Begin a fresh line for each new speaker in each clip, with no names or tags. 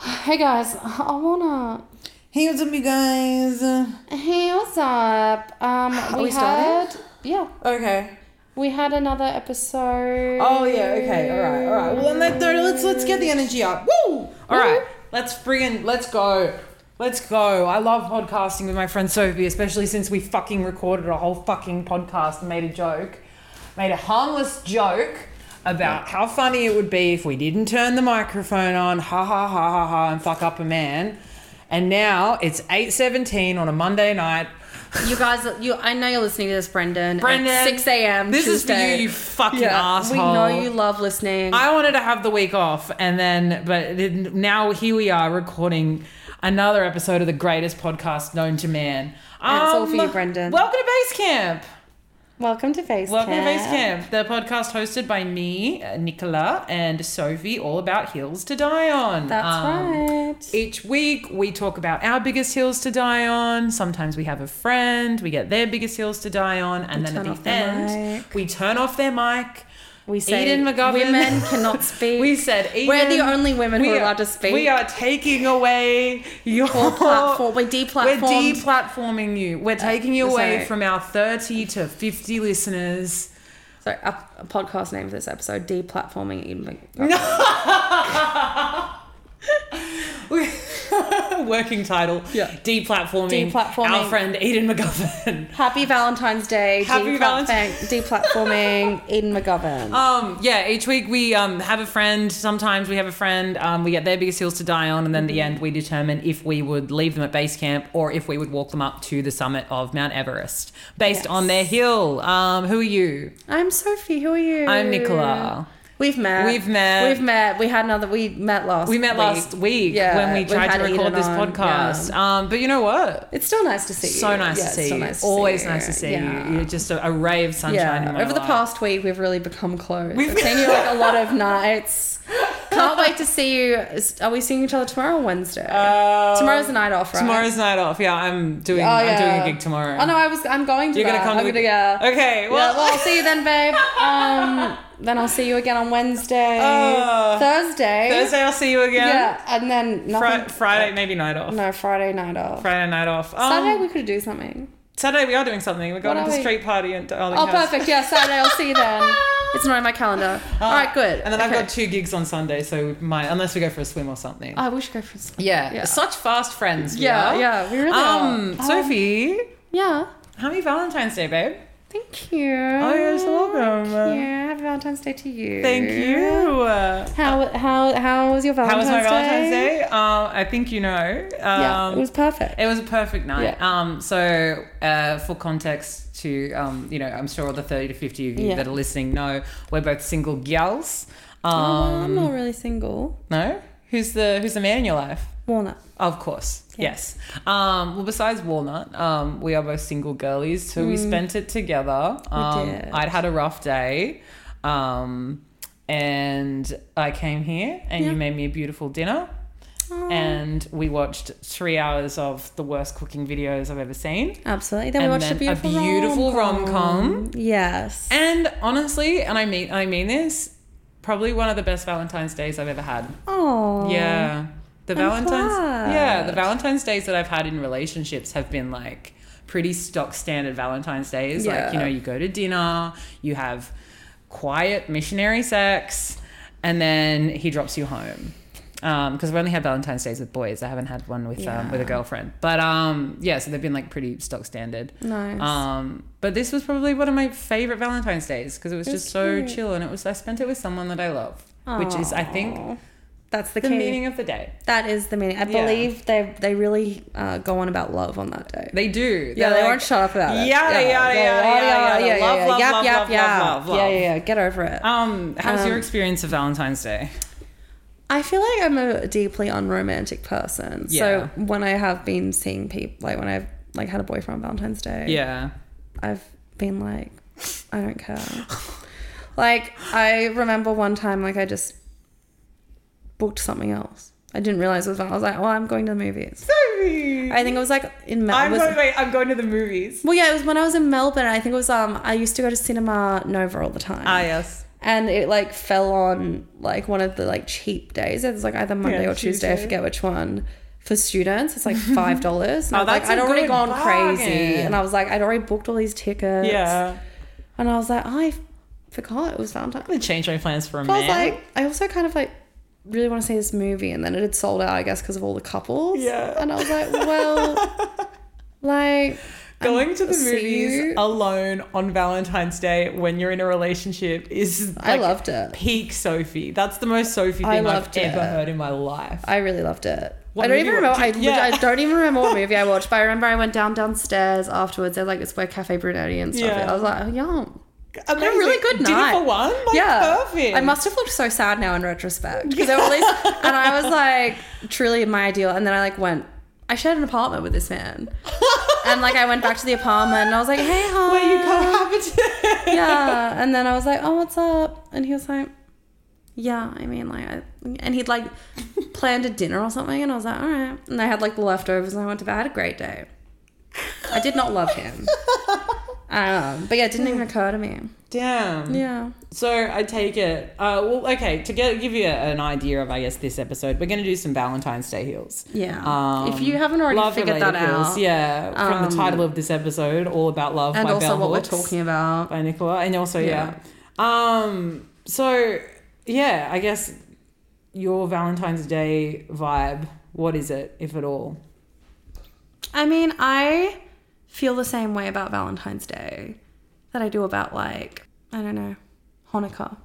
Hey guys, I wanna.
Hey, what's up, you guys?
Hey, what's up? Um, we,
we
had
started?
yeah,
Okay.
we had another episode.
Oh yeah. Okay. All right. All right. Well, on that note, let's let's get the energy up. Woo! All right. Let's friggin' let's go. Let's go. I love podcasting with my friend Sophie, especially since we fucking recorded a whole fucking podcast and made a joke, made a harmless joke about how funny it would be if we didn't turn the microphone on, ha ha ha ha ha, and fuck up a man. And now it's eight seventeen on a Monday night.
You guys, you I know you're listening to this, Brendan.
Brendan,
at six a.m.
This is
Tuesday.
for you, you fucking
Yeah,
asshole.
we know you love listening.
I wanted to have the week off, and then, but it- now here we are recording another episode of the greatest podcast known to man. Um,
And it's all for you, Brendan.
Welcome to Base Camp.
Welcome to Face
Welcome to Base Camp, the podcast hosted by me, uh, Nicola, and Sophie, all about hills to die on.
That's
Um,
right.
Each week, we talk about our biggest hills to die on. Sometimes we have a friend, we get their biggest hills to die on, and then
turn
at
off
the
their
end,
mic.
we turn off their mic.
We say
Eden McGovern.
women cannot speak.
We said Eden,
We're the only women who
we
are
are-
allowed to speak.
We are taking away your
Or platform. We're
We're
deplatformed. Uh,
deplatforming you. We're taking you away
sorry.
from our 30 to 50 listeners.
Sorry, a, a podcast name for this episode: deplatforming Eden McGovern.
Working title.
Yeah.
Deplatforming,
Deplatforming.
our friend Eden McGovern.
Happy Valentine's Day.
Happy Valentine-
Deplatforming Eden McGovern.
Um, yeah, each week we um, have a friend. Sometimes we have a friend. Um, we get their biggest hills to die on, and then at the end we determine if we would leave them at base camp or if we would walk them up to the summit of Mount Everest based
Yes.
on their hill. Um, who are you?
I'm Sophie. Who are you?
I'm Nicola.
We've met.
We've met.
We've met. We had another. We met last.
We met
week.
last week
Yeah,
when we
we've
tried
had
to record
Eden
this
on,
podcast. Um, but you know what?
It's still nice to see you.
So nice
Yeah,
to
it's
see
still
you.
nice to see
Always
you.
nice to see
Yeah.
you. You're just a, a ray of sunshine
Yeah.
in my
Over the
life.
past week, we've really become close.
We've-
I've seen you like a lot of nights. Can't wait to see you. Is- Are we seeing each other tomorrow or Wednesday?
Uh,
tomorrow's the night off, right?
Tomorrow's night off. Yeah, I'm doing.
Oh,
I'm
yeah.
doing a gig tomorrow.
Oh no, I was. I'm going to.
You're gonna
that.
come to
I'm
the
gonna, yeah.
Okay.
Yeah,
Well,
well, I'll see you then, babe. Um, then I'll see you again on Wednesday,
Oh.
Thursday,
Thursday I'll see you again.
yeah, and then nothing.
Fri- Friday maybe night off.
no, Friday night off.
Friday night off. Um,
Saturday we could do something.
Saturday we are doing something. We're going
What
to
are
the
we-
street party at Darling
Oh,
House.
perfect. Yeah, Saturday. I'll see you then. It's not in my calendar. All right, good.
Oh, And then I've
Okay.
got two gigs on Sunday, so we might unless we go for a swim or something.
Oh, we should go for. Some-
yeah.
yeah.
Such fast friends. we
yeah,
are.
yeah, we really
Um,
are.
Sophie,
yeah.
happy Valentine's Day, babe.
Thank you.
Oh, you're so welcome.
Thank you. Happy Valentine's Day to you.
Thank you.
How how how was your
How
Valentine's
was my
Day?
Valentine's Day? Um, I think you know. Um,
Yeah, it was perfect.
It was a perfect night.
Yeah.
Um, so, uh, for context, to um, you know, I'm sure all the 30 to 50 of you
Yeah.
that are listening know we're both single gals.
Oh, I'm
Um,
not really single.
no, who's the who's the man in your life?
Walnut.
Of course, yes. Um, well, besides Walnut, um, we are both single girlies, so we spent it together. Um,
Mm. did.
I'd had a rough day, um, and I came here, and
Yeah.
you made me a beautiful dinner.
Oh.
And we watched three hours of the worst cooking videos I've ever seen.
Absolutely. Then we
and
watched
then
a beautiful,
beautiful
rom-com.
rom-com.
Yes.
And honestly, and I mean I mean this, probably one of the best Valentine's days I've ever had.
Oh.
Yeah. The
I'm
Valentine's Yeah, the
glad.
Valentine's days that I've had in relationships have been like pretty stock standard Valentine's days. Like, you
Yeah.
know, you go to dinner, you have quiet missionary sex, and then he drops you home. Because I've only had Valentine's days with boys. I haven't had one with um, with a
Yeah.
girlfriend. But um, yeah, so they've been like pretty stock standard.
Nice.
Um, but this was probably one of my favorite Valentine's days because it was
That's
just so
cute.
chill and it was I spent it with someone that I love, which is I think
Aw. that's the,
the
key.
meaning of the day.
That is the meaning. I
Yeah.
believe they they really uh, go on about love on that day.
They do.
yeah,
They're
they
like,
won't shut up about it.
Yada, yada, yada, yada, yada. Love, love,
Yap,
love,
yap,
love,
yap.
love, love,
Yeah,
love.
yeah, yeah. Get over it.
Um, how's
Um,
your experience of Valentine's Day?
I feel like I'm a deeply unromantic person.
Yeah.
So when I have been seeing people, like when I've like had a boyfriend on Valentine's Day,
Yeah.
I've been like, I don't care. like I remember one time, like I just booked something else. I didn't realize it was. I was like, oh, I'm going to the movies.
Sophie!
I think it was like in Mel-
I'm,
was-
going, wait, I'm going to the movies.
Well, yeah, it was when I was in Melbourne. I think it was. Um, I used to go to Cinema Nova all the time.
Ah, yes.
and it like fell on like one of the like cheap days. It was like either Monday
Yeah,
or Tuesday, I
Tuesday.
forget which one. For students, it's like five dollars. And
Oh,
I was like,
that's a
I'd already
good
gone crazy,
bargain.
and I was like, I'd already booked all these tickets.
Yeah.
and I was like, I forgot it was Valentine's.
I'm gonna change my plans for a
I
man.
was like, I also kind of like really want to see this movie, and then it had sold out, I guess, because of all the couples.
Yeah.
and I was like, well, like
Going to the
See
movies uh,
you.
alone on Valentine's Day when you're in a relationship is
I
like
loved it.
peak Sophie. That's the most Sophie
I
thing I've
loved it.
ever heard in my life.
I really loved it.
What
I don't
movie
even remember.
watched
I,
you? Yeah.
I don't even remember what movie I watched, but I remember I went down downstairs afterwards. They're like, it's where Cafe Brunetti and stuff.
Yeah.
I was like, oh, yum.
Amazing.
really good night.
Dinner for one? Like,
yeah,
Perfect.
I must have looked so sad now in retrospect because all these, and I was like, truly my ideal. And then I like went. I shared an apartment with this man, and like I went back to the apartment and I was like, hey, hi.
Where you cohabited.
yeah. And then I was like, oh, what's up? And he was like, yeah, I mean, like, I, and he'd like planned a dinner or something. And I was like, all right. And I had like the leftovers and I went to bed. I had a great day. I did not love him. Um, but yeah, it didn't even occur to me.
Damn.
Yeah.
So I take it. Uh, well, okay. To get give you an idea of, I guess, this episode, we're gonna do some Valentine's Day heels.
Yeah.
Um,
if you haven't already figured that
love-related
out.
heels, yeah. From the
Um,
title of this episode, all about love
And
by
also
Bell
what
Hooks
we're talking about.
by Nicola, and also yeah. Um. So yeah, I guess your Valentine's Day vibe. What is it, if at all?
I mean, I feel the same way about Valentine's Day that I do about like, I don't know, Hanukkah.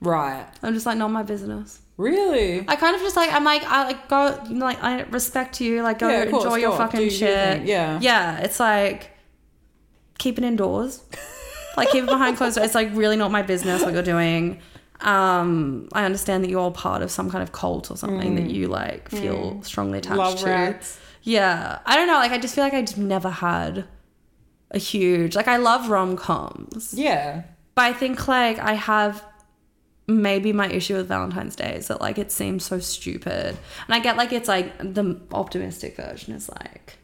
Right.
I'm just like, not my business.
Really.
I kind of just like I'm like I like go you know, like I respect you like go
Yeah, of course,
enjoy your
go,
fucking
do your
shit
thing, yeah.
yeah it's like keep it indoors like keep it behind closed doors it's like really not my business what you're doing um I understand that you're all part of some kind of cult or something that you like feel strongly attached
Mm. Love
to
rats.
yeah I don't know like I just feel like I just never had a huge like I love rom coms
Yeah.
but I think like I have maybe my issue with Valentine's Day is that like it seems so stupid. And I get like it's like the optimistic version is like,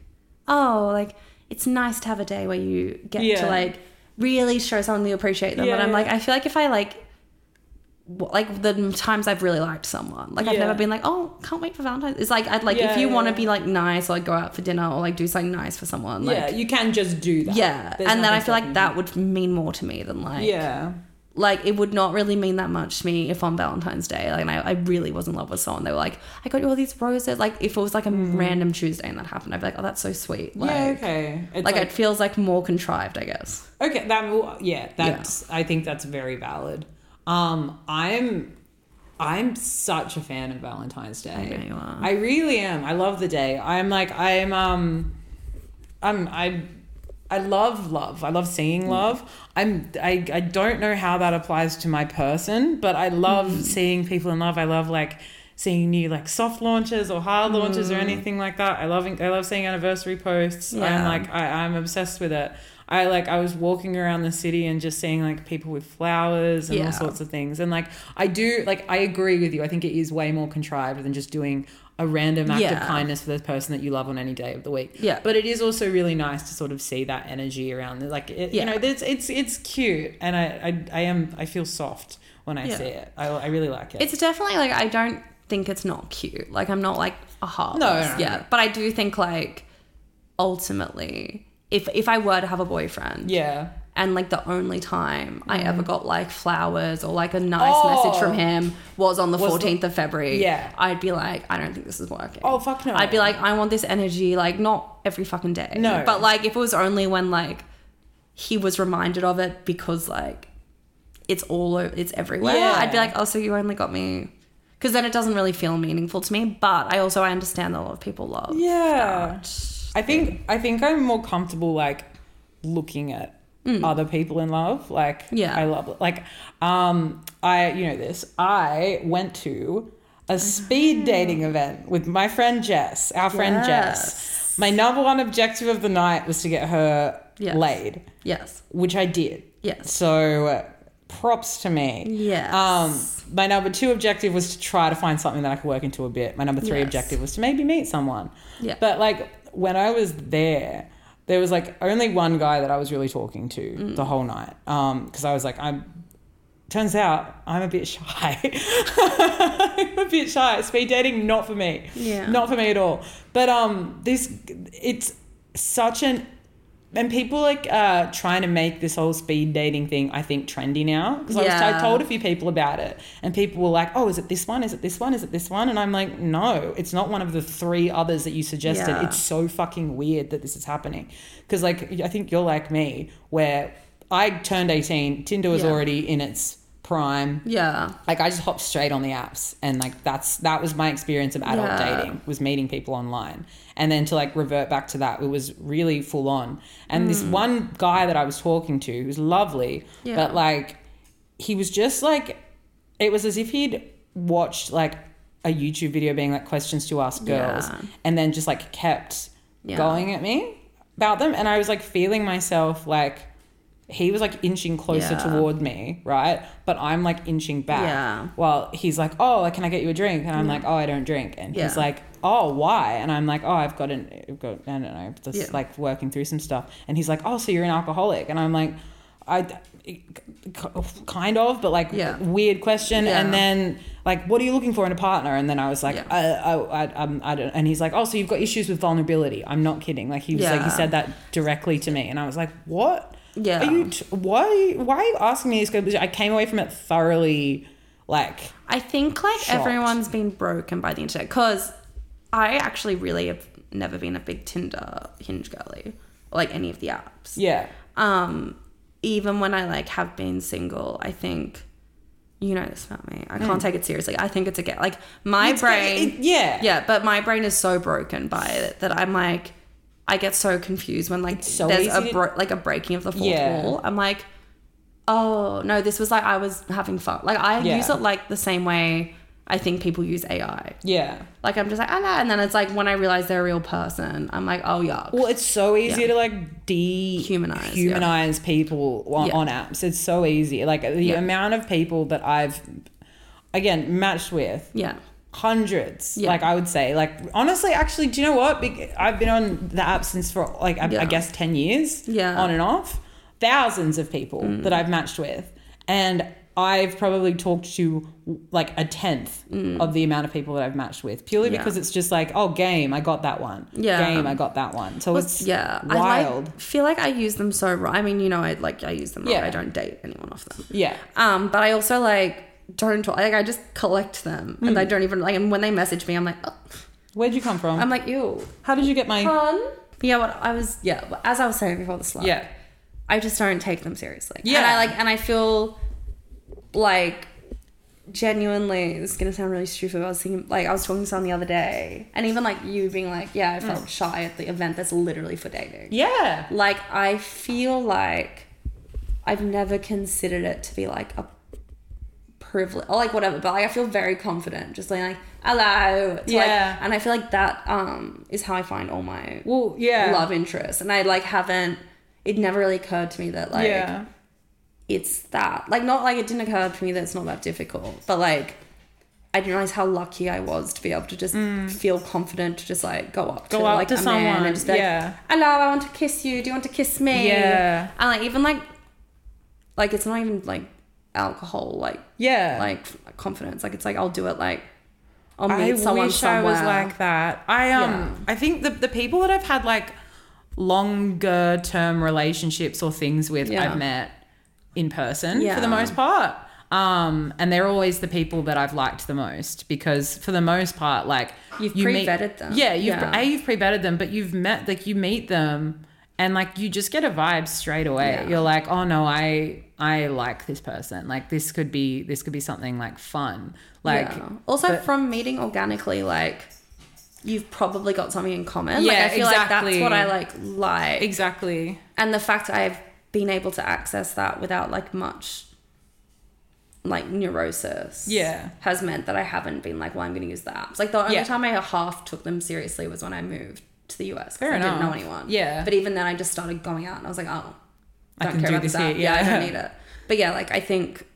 oh, like it's nice to have a day where you get
Yeah.
to like really show someone that you appreciate them.
Yeah,
and I'm
yeah.
like, I feel like if I like w- like the times I've really liked someone, like I've
Yeah.
never been like, oh, can't wait for Valentine's. It's like I'd like
Yeah,
if you want to
yeah.
be like nice or like go out for dinner or like do something nice for someone, like
yeah. You can just do that.
yeah.
There's
and then I
nothing
feel like
stopping
that would mean more to me than
you.
like
Yeah.
like it would not really mean that much to me if on Valentine's Day, like, and I, I really was in love with someone. They were like, I got you all these roses. Like, if it was like a random Tuesday and that happened, I'd be like, oh, that's so sweet. Like,
yeah. Okay. It's
like, it feels like more contrived, I guess.
Okay, that will- yeah, that's I think that's very valid. Um, I'm I'm such a fan of Valentine's Day.
know you are.
I really am. I love the day. I'm like I'm um I'm I I love love. I love
Mm.
seeing love. I'm I, I don't know how that applies to my person, but I love
Mm.
seeing people in love. I love like seeing new like soft launches or hard launches or anything like that. I love I love seeing anniversary posts. I'm
Mm. Yeah.
like I, I'm obsessed with it. I like I was walking around the city and just seeing like people with flowers and
Yeah.
all sorts of things. And like I do like I agree with you. I think it is way more contrived than just doing a random act of
Yeah.
kindness for the person that you love on any day of the week.
Yeah.
But it is also really nice to sort of see that energy around it. Like it,
Yeah.
you know, it's it's it's cute and I, I I am I feel soft when I
Yeah.
see it. I, I really like it.
It's definitely like, I don't think it's not cute. Like, I'm not like a heart.
No, no,
loss
no,
Yeah.
no.
But I do think, like, ultimately, if, if I were to have a boyfriend,
yeah.
and like the only time I ever got like flowers or like a nice message from
Mm. Oh.
him was on the
Was the-
fourteenth of February.
Yeah.
I'd be like, I don't think this is working.
Oh, fuck no.
I'd be like, I want this energy, like not every fucking day.
No.
but like if it was only when like he was reminded of it because like it's all o- it's everywhere.
Yeah.
I'd be like, oh, so you only got me. Because then it doesn't really feel meaningful to me, but I also I understand that a lot of people love.
Yeah. I think I think I'm more comfortable like looking at other people in love. Like
Mm. Yeah.
I love like um I you know this. I went to a speed dating event with my friend Jess, our friend Jess. My number one objective of the night was to get her
Yes.
laid,
Yes.
which I did.
Yes.
So uh, props to me.
Yes.
Um, my number two objective was to try to find something that I could work into a bit. My number three
Yes.
objective was to maybe meet someone.
Yeah.
But like when I was there, there was
Mm.
like only one guy that I was really talking to the whole night. Um, because I was like, I'm Turns out I'm a bit shy. I'm a bit shy. Speed dating, not for me.
Yeah.
Not for me at all. But um, this it's such an and people like uh, trying to make this whole speed dating thing i think trendy now because I, was
Yeah.
I told a few people about it and people were like oh is it this one is it this one is it this one and i'm like no it's not one of the three others that you suggested
Yeah.
it's so fucking weird that this is happening because like i think you're like me where i turned 18 tinder was
Yeah.
already in its prime
Yeah.
like I just hopped straight on the apps and like that's that was my experience of adult
Yeah.
dating was meeting people online and then to like revert back to that it was really full on and this one guy that I was talking to who was lovely
Hmm. Yeah.
but like he was just like it was as if he'd watched like a YouTube video being like questions to ask girls
Yeah.
and then just like kept
Yeah.
going at me about them and I was like feeling myself like he was like inching closer
Yeah.
toward me, right? But I'm like inching back.
Yeah.
Well, he's like, "Oh, like, can I get you a drink?" And I'm like, "Oh, I don't drink." And
Yeah.
he's like, "Oh, why?" And I'm like, "Oh, I've got an, I've got, I don't know, just
Yeah.
like working through some stuff." And he's like, "Oh, so you're an alcoholic?" And I'm like, "I, k- kind of, but like,
Yeah.
weird question."
Yeah.
And then like, "What are you looking for in a partner?" And then I was like,
Yeah.
I, I, I, um, I don't. And he's like, "Oh, so you've got issues with vulnerability?" I'm not kidding. Like he was like,
Yeah.
he said that directly to me, and I was like, "What?"
Yeah.
Are you t- why why are you asking me this question? I came away from it thoroughly like
I think like
Shocked.
everyone's been broken by the internet because I actually really have never been a big Tinder hinge girly or like any of the apps.
yeah.
Um, even when I like have been single, I think you know this about me. I can't take it seriously. I think it's a get like my
Mm. It's-
brain.
it- yeah.
yeah, but my brain is so broken by it that I'm like, I get so confused when like
so
there's
easy
a
to-
bro- like a breaking of the fourth
Yeah.
wall. I'm like, oh no, this was like I was having fun. Like I
Yeah.
use it like the same way I think people use AI.
Yeah.
Like I'm just like, oh no, and then it's like when I realize they're a real person, I'm like, oh yuck.
Well, it's so easy
Yeah.
to like de
Humanize, yeah.
humanize people on,
Yeah.
on apps. It's so easy. Like the
Yeah.
amount of people that I've again matched with
yeah.
hundreds
Yeah.
like i would say like honestly actually do you know what Bec- i've been on the app since for like i, I
Yeah.
guess 10 years
Yeah. Mm.
on and off thousands of people that i've matched with and i've probably talked to like a tenth of the amount of people that i've matched with purely
Mm. Yeah.
because it's just like oh game i got that one
Yeah.
game i got that one so it's
yeah,
wild
I like, feel like I use them so wrong. I mean, you know, I like I use them. Wrong.
Yeah.
I don't date anyone off them.
yeah
Um, but I also like don't talk, like I just collect them and
Hmm.
I don't even like. And when they message me, I'm like, oh.
where'd you come from
I'm like, ew,
how did you get my
pun. Yeah, what I was. Yeah, but as I was saying before the slide.
yeah
I just don't take them seriously.
Yeah.
and I like, and I feel like genuinely. This is gonna sound really stupid. But I was thinking, like, I was talking to someone the other day, and even like you being like, yeah, I
Mm.
felt shy at the event that's literally for dating
yeah
like I feel like I've never considered it to be like a privilege or like whatever, but like I feel very confident just being like hello. It's like-
Yeah.
and I feel like that um is how I find all my
well yeah
love interests. And I like haven't it never really occurred to me that like
yeah
it's that. Like not like it didn't occur to me that it's not that difficult, but like I didn't realize how lucky I was to be able to just feel confident to just like go up
Mm. Go
to
up
like
to
a man
someone,
and just be like,
yeah.
"Hello, I want to kiss you. Do you want to kiss me?"
Yeah.
and like even like like it's not even like alcohol like
yeah
like confidence. Like it's like I'll do it like I'll
I
meet someone
wish
somewhere.
I was like that. I um
Yeah.
I think the the people that I've had like longer term relationships or things with
Yeah.
I've met in person for
Yeah.
the most part. Um, and they're always the people that I've liked the most because for the most part, like
You've
you meet-
pre-vetted them.
Yeah, you've
Yeah.
A, you've pre-vetted them, but you've met like you meet them and like you just get a vibe straight away.
Yeah.
You're like, oh no, I I like this person. Like this could be this could be something like fun. Like
Yeah. also
but-
from meeting organically like you've probably got something in common like
Yeah,
i feel
exactly.
like that's what i like like
exactly.
and the fact that i've been able to access that without like much like neurosis
Yeah.
has meant that i haven't been like well i'm gonna use the apps like the only
Yeah.
time i half took them seriously was when i moved to the us 'cause
Fair
i didn't know
enough.
anyone
Yeah.
but even then i just started going out and i was like oh
I
don't
can
care
do
about
this
this app.
here,
yeah. i
yeah.
don't need it but yeah like i think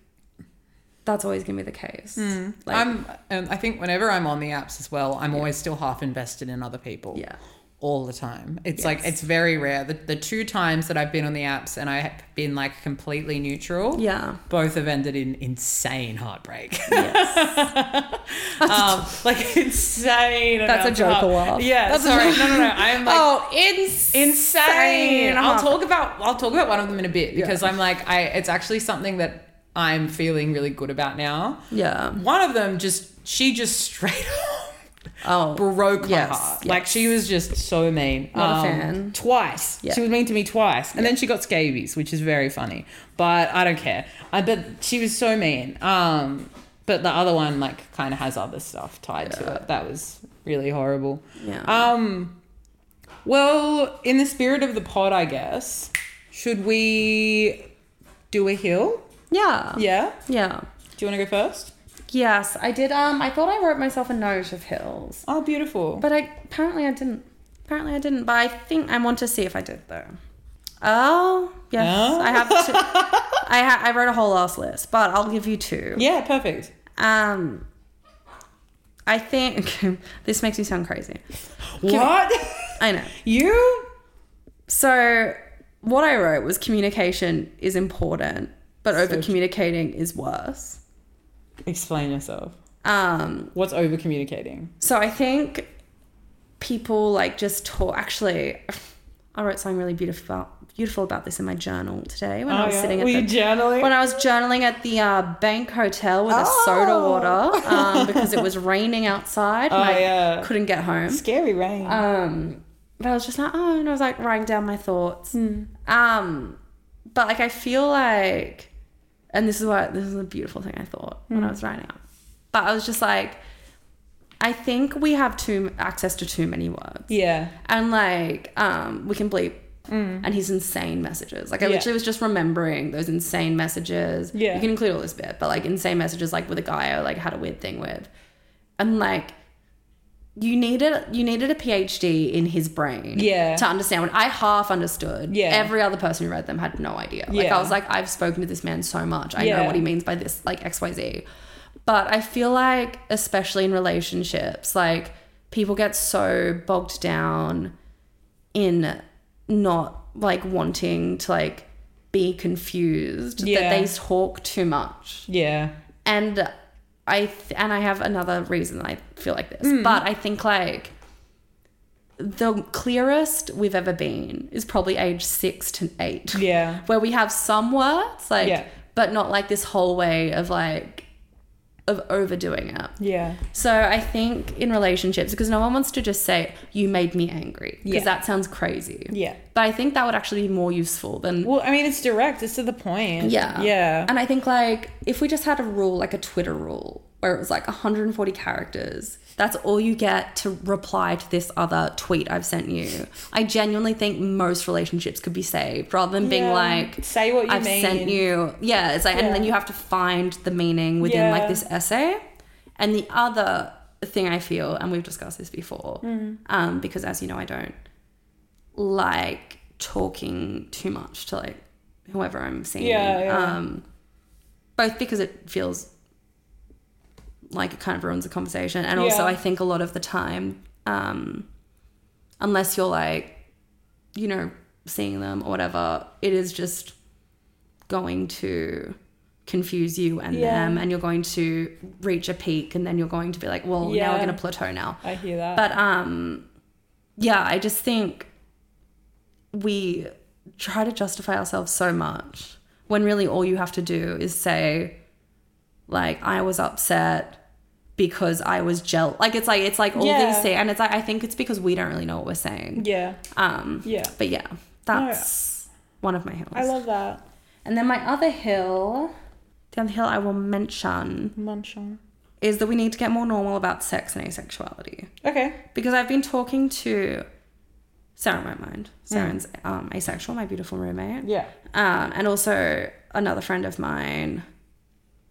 that's always gonna be the case like
Hmm. I'm, and I think whenever I'm on the apps as well, I'm always still half invested in other people.
yeah
all the time. It's like
Yes.
it's very rare. The, the two times that I've been on the apps and I have been like completely neutral,
Yeah.
both have ended in insane heartbreak.
Yes.
um, like insane.
That's a
amounts
joke
of-
a while.
Yeah,
That's a
sorry.
joke.
No, no, no. I'm like
oh, insane.
insane. I'll
huh?
talk about I'll talk about one of them in a bit because I'm like I it's actually something that I'm feeling really good about now.
Yeah.
One of them just she just straight up
Oh.
broke my
Yes,
heart. Like she was just so mean. Um,
Not a fan.
Twice.
Yeah.
She was mean to me twice. And then she got scabies, which is very funny. But I don't care. I but she was so mean. Um but the other one like kind of has other stuff tied to it. That was really horrible.
Yeah.
Um, well, in the spirit of the pod, I guess, should we do a hill?
yeah.
Yeah.
Yeah.
Do you want to go first?
Yes, I did. Um, I thought I wrote myself a note of hills,
Oh, beautiful.
but I apparently I didn't. Apparently I didn't. But I think I want to see if I did though. Oh yes,
Oh.
I have. To, I ha- I wrote a whole ass list, but I'll give you two.
Yeah, perfect.
Um, I think this makes me sound crazy.
what?
I know.
you?
So what I wrote was communication is important, but over communicating is worse.
Explain yourself.
Um,
What's over communicating?
So I think people like just talk. Actually, I wrote something really beautiful about, beautiful about this in my journal today when I was sitting at
Oh, Were you
the.
journaling?
When I was journaling at the uh, bank hotel with
Oh.
a soda water um, because it was raining outside and
Oh,
I
yeah.
couldn't get home.
Scary rain.
Um, but I was just like, oh, and I was like writing down my thoughts. Um, but like I feel like, and this is what this is a beautiful thing I thought when I was writing out. But I was just like, I think we have too access to too many words,
yeah.
and like um, we can bleep. And his insane messages. Like I
Mm. Yeah.
literally was just remembering those insane messages.
Yeah.
You can include all this bit, but like insane messages like with a guy I like had a weird thing with. And like you needed you needed a PhD in his brain
Yeah.
to understand what I half understood.
Yeah.
Every other person who read them had no idea. Like
Yeah.
I was like, I've spoken to this man so much. I
Yeah.
know what he means by this, like XYZ. But I feel like, especially in relationships, like people get so bogged down in not like wanting to like be confused
Yeah.
that they talk too much
Yeah.
and I th- and I have another reason I feel like this,
Hmm.
but I think like the clearest we've ever been is probably age six to eight,
Yeah.
where we have some words like,
Yeah.
but not like this whole way of like of overdoing it.
Yeah.
So I think in relationships, because no one wants to just say you made me angry, because
Yeah.
that sounds crazy.
Yeah.
But I think that would actually be more useful than
Well, I mean, it's direct. It's to the point.
yeah.
Yeah.
And I think like if we just had a rule, like a Twitter rule, where it was like 140 characters, that's all you get to reply to this other tweet I've sent you. I genuinely think most relationships could be saved rather than being
Yeah.
like,
say what you
I've
mean.
sent you. Yeah. It's like,
Yeah.
and then you have to find the meaning within
Yeah.
like this essay. And the other thing I feel, and we've discussed this before,
Mm.
um, because as you know, I don't like talking too much to like whoever I'm seeing.
Yeah, yeah.
Um, both because it feels like it kind of ruins the conversation, and also
Yeah.
I think a lot of the time, um, unless you're like, you know, seeing them or whatever, it is just going to confuse you and
Yeah.
them, and you're going to reach a peak, and then you're going to be like, well, now
Yeah.
we're going to plateau now.
I hear that.
But um yeah, I just think we try to justify ourselves so much when really all you have to do is say like I was upset because I was jealous. Like it's like it's like all
Yeah.
these things and it's like I think it's because we don't really know what we're saying.
yeah.
Um
Yeah.
but yeah, that's one of my hills.
I love that.
and then my other hill, the other hill I will mention
Munchon.
is that we need to get more normal about sex and asexuality.
Okay.
because I've been talking to Sarah, in my mind, Sarah's um, asexual, my beautiful roommate,
Yeah.
um, and also another friend of mine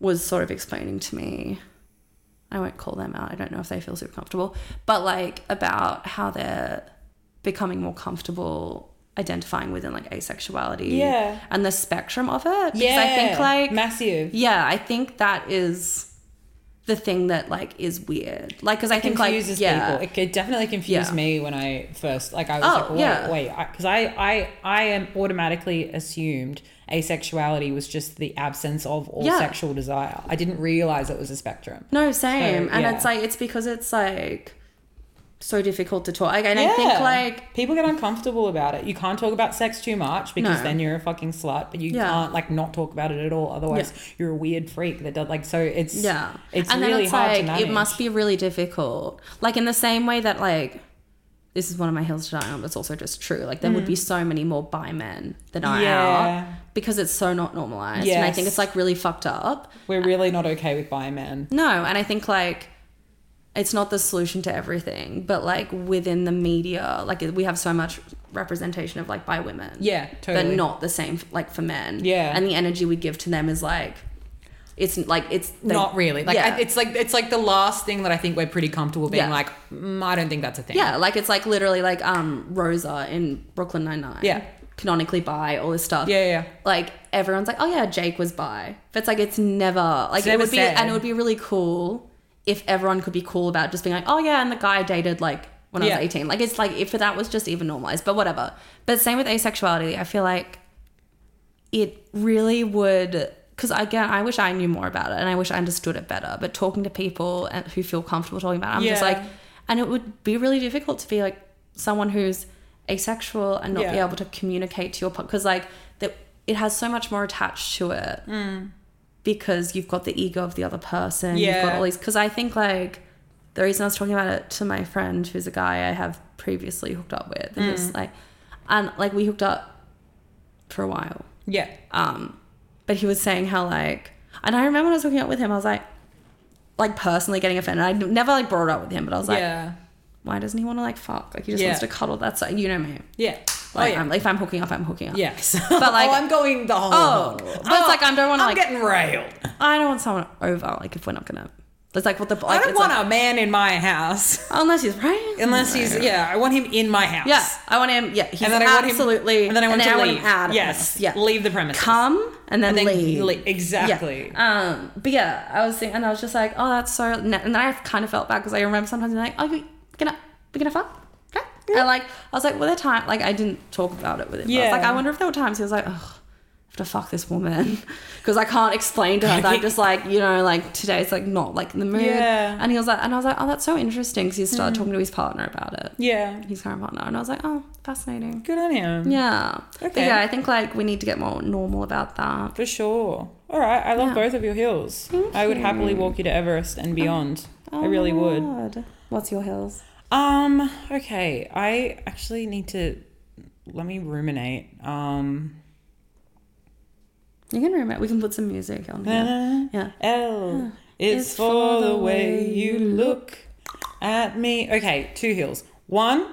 was sort of explaining to me. I won't call them out. I don't know if they feel super comfortable, but like about how they're becoming more comfortable identifying within like asexuality
Yeah.
and the spectrum of it. Because
Yeah.
I think like
massive.
yeah, I think that is the thing that like is weird. Like, because I think like
confuses
yeah,
people. It could definitely confused
Yeah.
me when I first like I was
Oh,
like, wait,
yeah.
wait, because I, I I am automatically assumed asexuality was just the absence of all
Yeah.
sexual desire. I didn't realize it was a spectrum.
No, same.
So,
And
yeah.
it's like it's because it's like so difficult to talk. Like, and I think like
people get uncomfortable about it. You can't talk about sex too much because
No.
then you're a fucking slut. But you
Yeah.
can't like not talk about it at all. Otherwise, you're a weird freak that does like so. It's
yeah,
it's
and
really
then it's
hard
like
to manage.
it must be really difficult. Like in the same way that like this is one of my hills to die on, but it's also just true. Like there would be so many more bi men than I
Mm. Yeah.
are because it's so not normalized. And I think
Yes.
it's like really fucked up.
We're really not okay with bi men.
No, and I think like it's not the solution to everything, but like within the media, like we have so much representation of like by women.
Yeah, totally.
But not the same like for men.
Yeah.
And the energy we give to them is like it's like it's they-
not really. Like
yeah.
I, it's like it's like the last thing that I think we're pretty comfortable being
Yeah.
like. Mm, I don't think that's a thing.
yeah, like it's like literally like um Rosa in Brooklyn Nine Nine.
Yeah.
Canonically by all this stuff.
Yeah, yeah.
Like everyone's like, oh yeah, Jake was by, but it's like it's never like
It's
it
never
would be,
said.
and it would be really cool if everyone could be cool about just being like, oh yeah, and the guy I dated like when I
Yeah.
was eighteen. Like it's like if that was just even normalized, but whatever. But same with asexuality. I feel like it really would because again i wish i knew more about it and i wish i understood it better but talking to people and who feel comfortable talking about it i'm just
Yeah.
like and it would be really difficult to be like someone who's asexual and not be
Yeah.
able to communicate to your because like that it has so much more attached to it
Mm.
because you've got the ego of the other person you've got
Yeah.
all these because i think like the reason i was talking about it to my friend who's a guy i have previously hooked up with and it's
Mm.
like and like we hooked up for a while
Yeah.
um, but he was saying how like, and I remember when I was hooking up with him, I was like, like personally getting offended. I never like brought it up with him, but I was like,
yeah.
why doesn't he want to like fuck? Like he just
Yeah.
wants to cuddle. That's like, you know me.
Yeah.
Like
oh yeah.
I'm, if I'm hooking up, I'm hooking up.
yes.
But, like-
oh, I'm going the whole.
Oh,
hog.
but it's like I don't want to
I'm
like
getting railed.
I don't want someone over. Like if we're not gonna, it's like what the
I
like,
don't
it's
want
like,
a man in my house
unless he's right.
unless he's yeah. I want him in my house.
yeah. I want him. Yeah, he's
And then I want him-
absolutely.
and then I want to
him
leave.
out. Of
Yes,
this. yeah.
leave the premises.
Come and then,
And then
leave.
leave. Exactly.
Yeah. Um, but yeah, I was thinking, and I was just like, oh, that's so. And then I kind of felt bad because I remember sometimes being like, oh, you gonna we gonna fuck? Okay. And like, I was like, well, there time like I didn't talk about it with him. I
Yeah.
was like, I wonder if there were times he was like, oh, I have to fuck this woman because I can't explain to her that I'm just like, you know, like today's like not like in the mood.
Yeah. Hmm.
And he was like, and I was like, oh, that's so interesting because he started talking to his partner about it,
Yeah.
his current partner, and I was like, oh, fascinating.
Good on him.
Yeah. But
Hmm. Okay.
yeah, I think like we need to get more normal about that.
For sure. All right. I love
Yeah.
both of your hills. I would happily walk you to Everest and beyond.
Ah.
I really
my
would.
Oh, God. What's your hills?
Um, okay. I actually need to let me ruminate. Um
You can remember. We can put some music on here.
Uh-huh.
Yeah.
L is
It's
for the way you look at me. Okay, two hills. One,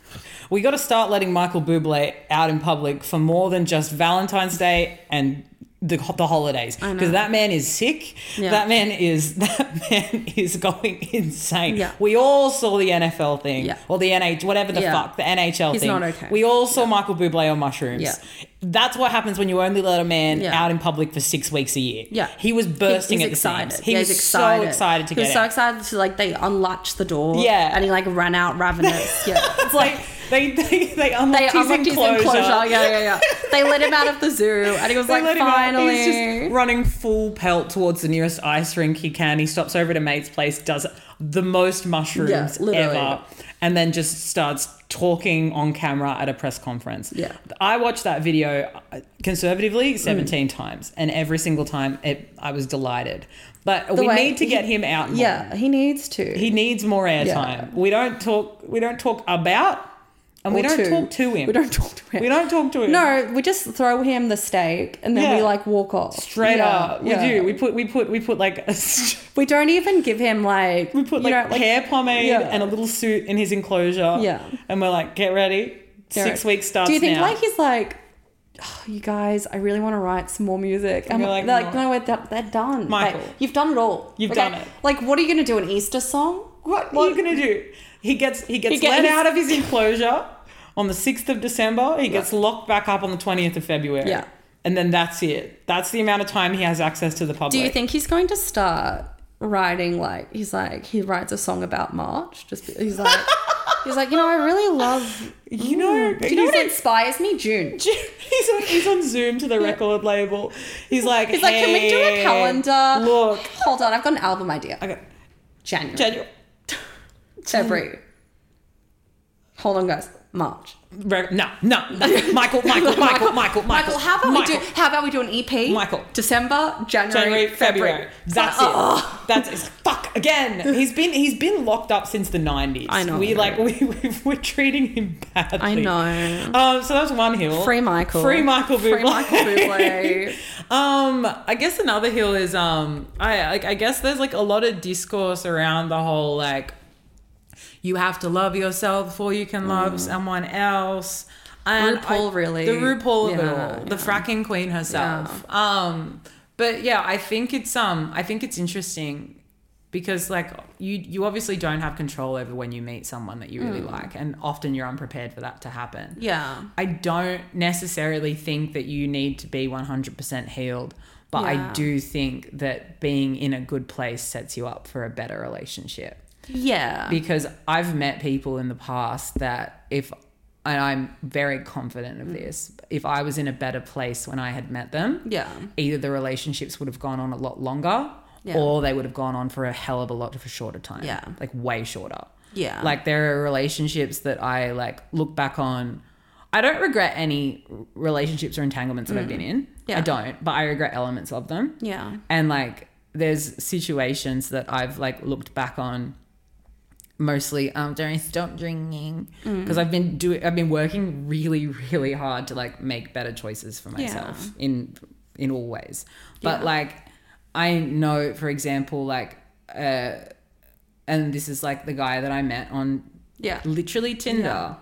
we got to start letting Michael Bublé out in public for more than just Valentine's Day and the, the holidays
I know.
because that man is sick.
Yeah.
That man is that man is going insane.
Yeah.
We all saw the NFL thing
Yeah.
or the NH whatever the
Yeah.
fuck the NHL
He's
thing.
not okay.
We all saw Michael Bublé on mushrooms.
Yeah.
That's what happens when you only let a man
Yeah.
out in public for 6 weeks a year.
Yeah.
He was bursting at the excited. He
Yeah,
was
he's excited.
so excited to
He was
get
so
out.
excited to like they unlatched the door.
Yeah.
And he like ran out ravenous. Yeah.
It's like they they they unlocked,
They
his,
unlocked his
enclosure.
enclosure. Yeah, yeah, yeah. They let him out of the zoo, and he was
They
like,
let him out.
"Finally!"
He's just running full pelt towards the nearest ice rink he can. He stops over at a mate's place, does the most mushrooms
Yeah, literally.
ever, and then just starts talking on camera at a press conference.
Yeah. Mm.
I watched that video uh, conservatively 17 times, and every single time it, I was delighted. But we
way
need to
he-
get him out more.
yeah, he needs to.
He needs more airtime. We don't talk. We don't talk about, and we
Or
don't
two.
talk to him.
We don't talk to him.
We don't talk to him.
No, we just throw him the steak, and then we
Yeah.
like walk off
straight
Yeah,
up. We
yeah.
do. We put. We put. We put like. A, st-
We don't even give him like
we put
you
like
know, like
hair pomade
Yeah.
and a little suit in his enclosure.
Yeah.
And we're like, get ready. Six
Derek.
weeks starts
Do you think
now.
like he's like, "Oh, you guys, I really want to write some more music? And
you're
like, they're
like,
like,
no.
no, we're done. they're done.
Michael.
Like, you've done it all.
You've
Like,
done
I-
it.
Like, what are you gonna do? An Easter song?
what, are you gonna do? He gets. He gets
He gets-
let out of his enclosure on the sixth of December. He gets locked back up on the twentieth of February.
Yeah.
And then that's it. That's the amount of time he has access to the public.
Do you think he's going to start writing like he's like he writes a song about March. Just he's like he's like you know I really love
You know,
do you know
he's
what
like-
inspires me June.
He's on, he's on Zoom to the record label. He's like,
He's like can we do a
"Hey,
calendar?
Look,
hold on, I've got an album idea.
okay,
January,
January.
February. Hold on, guys. March.
Re- No, no, no. Michael, Michael, Michael, Michael, Michael.
Michael, how about
Michael.
we do? How about we do an EP?
Michael.
December, January,
January,
February.
February. That's
Oh.
it. That's it's- fuck again. He's been he's been locked up since the nineties.
I know.
We like we, we we're treating him badly.
I know.
Um, so that's one hill.
Free Michael.
Free Michael Bublé.
Free Michael Bublé.
um, I guess another hill is um, I like I guess there's like a lot of discourse around the whole like you have to love yourself before you can love someone else. And
Mm. RuPaul, really.
the RuPaul of it
Yeah,
all, the fracking queen herself. Um, but yeah, I think it's um, I think it's interesting because like you you obviously don't have control over when you meet someone that you really like, and often you're unprepared for that to happen.
Mm. yeah.
I don't necessarily think that you need to be 100% healed, but
Yeah.
I do think that being in a good place sets you up for a better relationship.
Yeah.
Because I've met people in the past that if, and I'm very confident
Mm.
of this, if I was in a better place when I had met them,
yeah.
either the relationships would have gone on a lot longer
Yeah.
or they would have gone on for a hell of a lot of a shorter time.
Yeah.
Like way shorter.
Yeah.
Like there are relationships that I like look back on. I don't regret any relationships or entanglements that I've been in.
Mm. Yeah.
I don't, but I regret elements of them.
Yeah.
And like there's situations that I've like looked back on mostly um during stop drinking
Mm.
because I've been doing I've been working really really hard to like make better choices for myself in in all ways. But
Yeah.
like I know for example like uh and this is like the guy that I met on
Yeah.
literally Tinder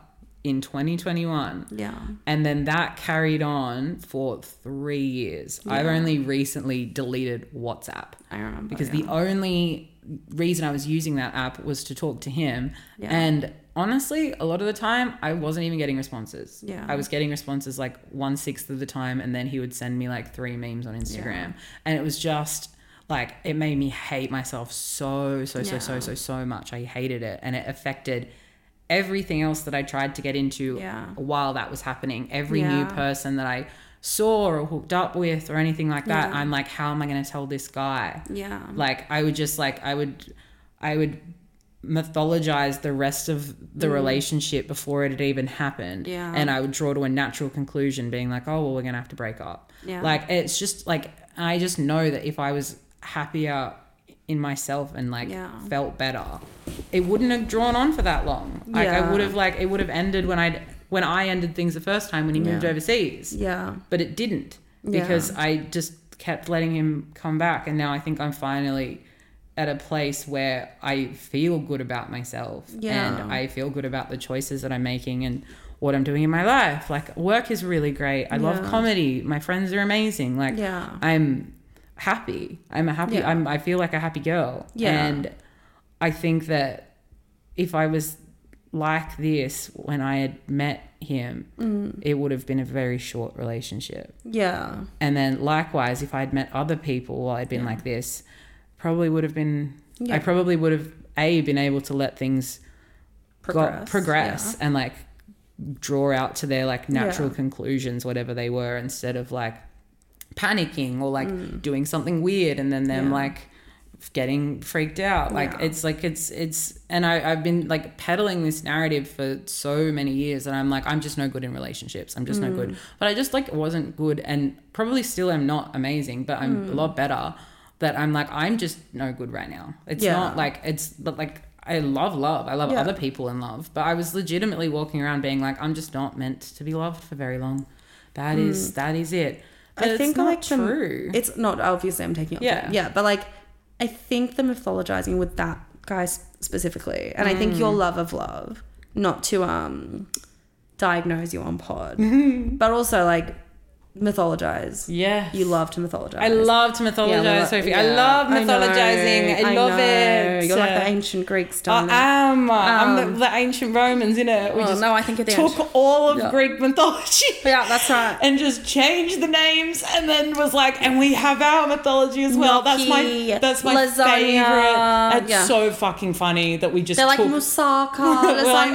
in 2021.
Yeah.
And then that carried on for three years. I've only recently deleted WhatsApp
I remember.
because
Oh, yeah.
the only reason I was using that app was to talk to him.
Yeah.
And honestly, a lot of the time, I wasn't even getting responses.
Yeah.
I was getting responses like one sixth of the time, and then he would send me like three memes on Instagram. And it was just like, it made me hate myself so, so, so,
Yeah.
so, so, so much. I hated it. And it affected everything else that I tried to get into
Yeah.
while that was happening. Every new
Yeah.
person that I saw or hooked up with or anything like that,
Yeah.
I'm like, how am I going to tell this guy?
yeah.
like i would just like i would i would mythologize the rest of the relationship before it had even happened
Mm. Yeah.
and i would draw to a natural conclusion being like oh well we're gonna have to break up
Yeah.
like it's just like i just know that if i was happier in myself and like
Yeah.
felt better it wouldn't have drawn on for that long like i
Yeah.
would have like it would have ended when i when i ended things the first time when he moved
Yeah.
overseas
yeah.
but it didn't
Yeah.
because I just kept letting him come back and now I think I'm finally at a place where I feel good about myself
Yeah.
and I feel good about the choices that I'm making and what I'm doing in my life like work is really great I love
Yeah.
comedy my friends are amazing like
Yeah.
I'm happy I'm a happy
Yeah.
I'm I feel like a happy girl
Yeah.
and I think that if I was like this when I had met him,
Mm.
it would have been a very short relationship.
Yeah.
And then likewise, if I'd met other people while I'd been like this, probably would have been
Yeah.
I probably would have a been able to let things go-
Progress,
progress and like draw out to their like natural
Yeah.
conclusions whatever they were instead of like panicking or like doing something weird and then them
Mm. Yeah.
like getting freaked out like
Yeah.
it's like it's it's and I, i've been like peddling this narrative for so many years and i'm like i'm just no good in relationships i'm just no
Mm.
good but i just like wasn't good and probably still am not amazing but
Mm.
i'm a lot better that i'm like i'm just no good right now it's
Yeah.
not like it's but like i love love i love
Yeah.
other people in love but i was legitimately walking around being like i'm just not meant to be loved for very long That is that is it but
Mm. I
it's
think
not
like the-
true
it's not obviously I'm taking it.
Yeah.
Yeah, but like I think the mythologizing with that guy s- specifically, and I
Mm.
think your love of love, not to um diagnose you on pod, but also like mythologize.
Yeah.
You love to mythologize.
I love to mythologize,
Yeah, lo-
Sophie. I
yeah.
love
I know,
mythologizing. I, love
know.
it.
You're like the
Uh,
ancient Greeks,
I
darling.
am. I'm the,
Um,
the ancient Romans, in it. We
Oh,
just
no, I think you're the
took
ancient-
all of
Yeah.
Greek mythology.
Yeah, that's right.
And just changed the names, and then was like, and we have our mythology as well.
Gnocchi,
that's my that's my
lasagna.
favorite. It's
Yeah.
so fucking funny that we just
They're like
took.
moussaka,
We're like,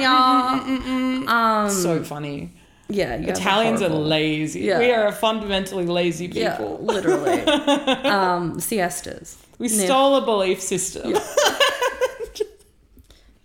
lasagna.
mm-hmm,
um,
so funny.
yeah, you guys
Italians are
horrible.
lazy.
Yeah.
We are a fundamentally lazy people.
Yeah, literally. um, siestas.
We
Nah.
stole a belief system.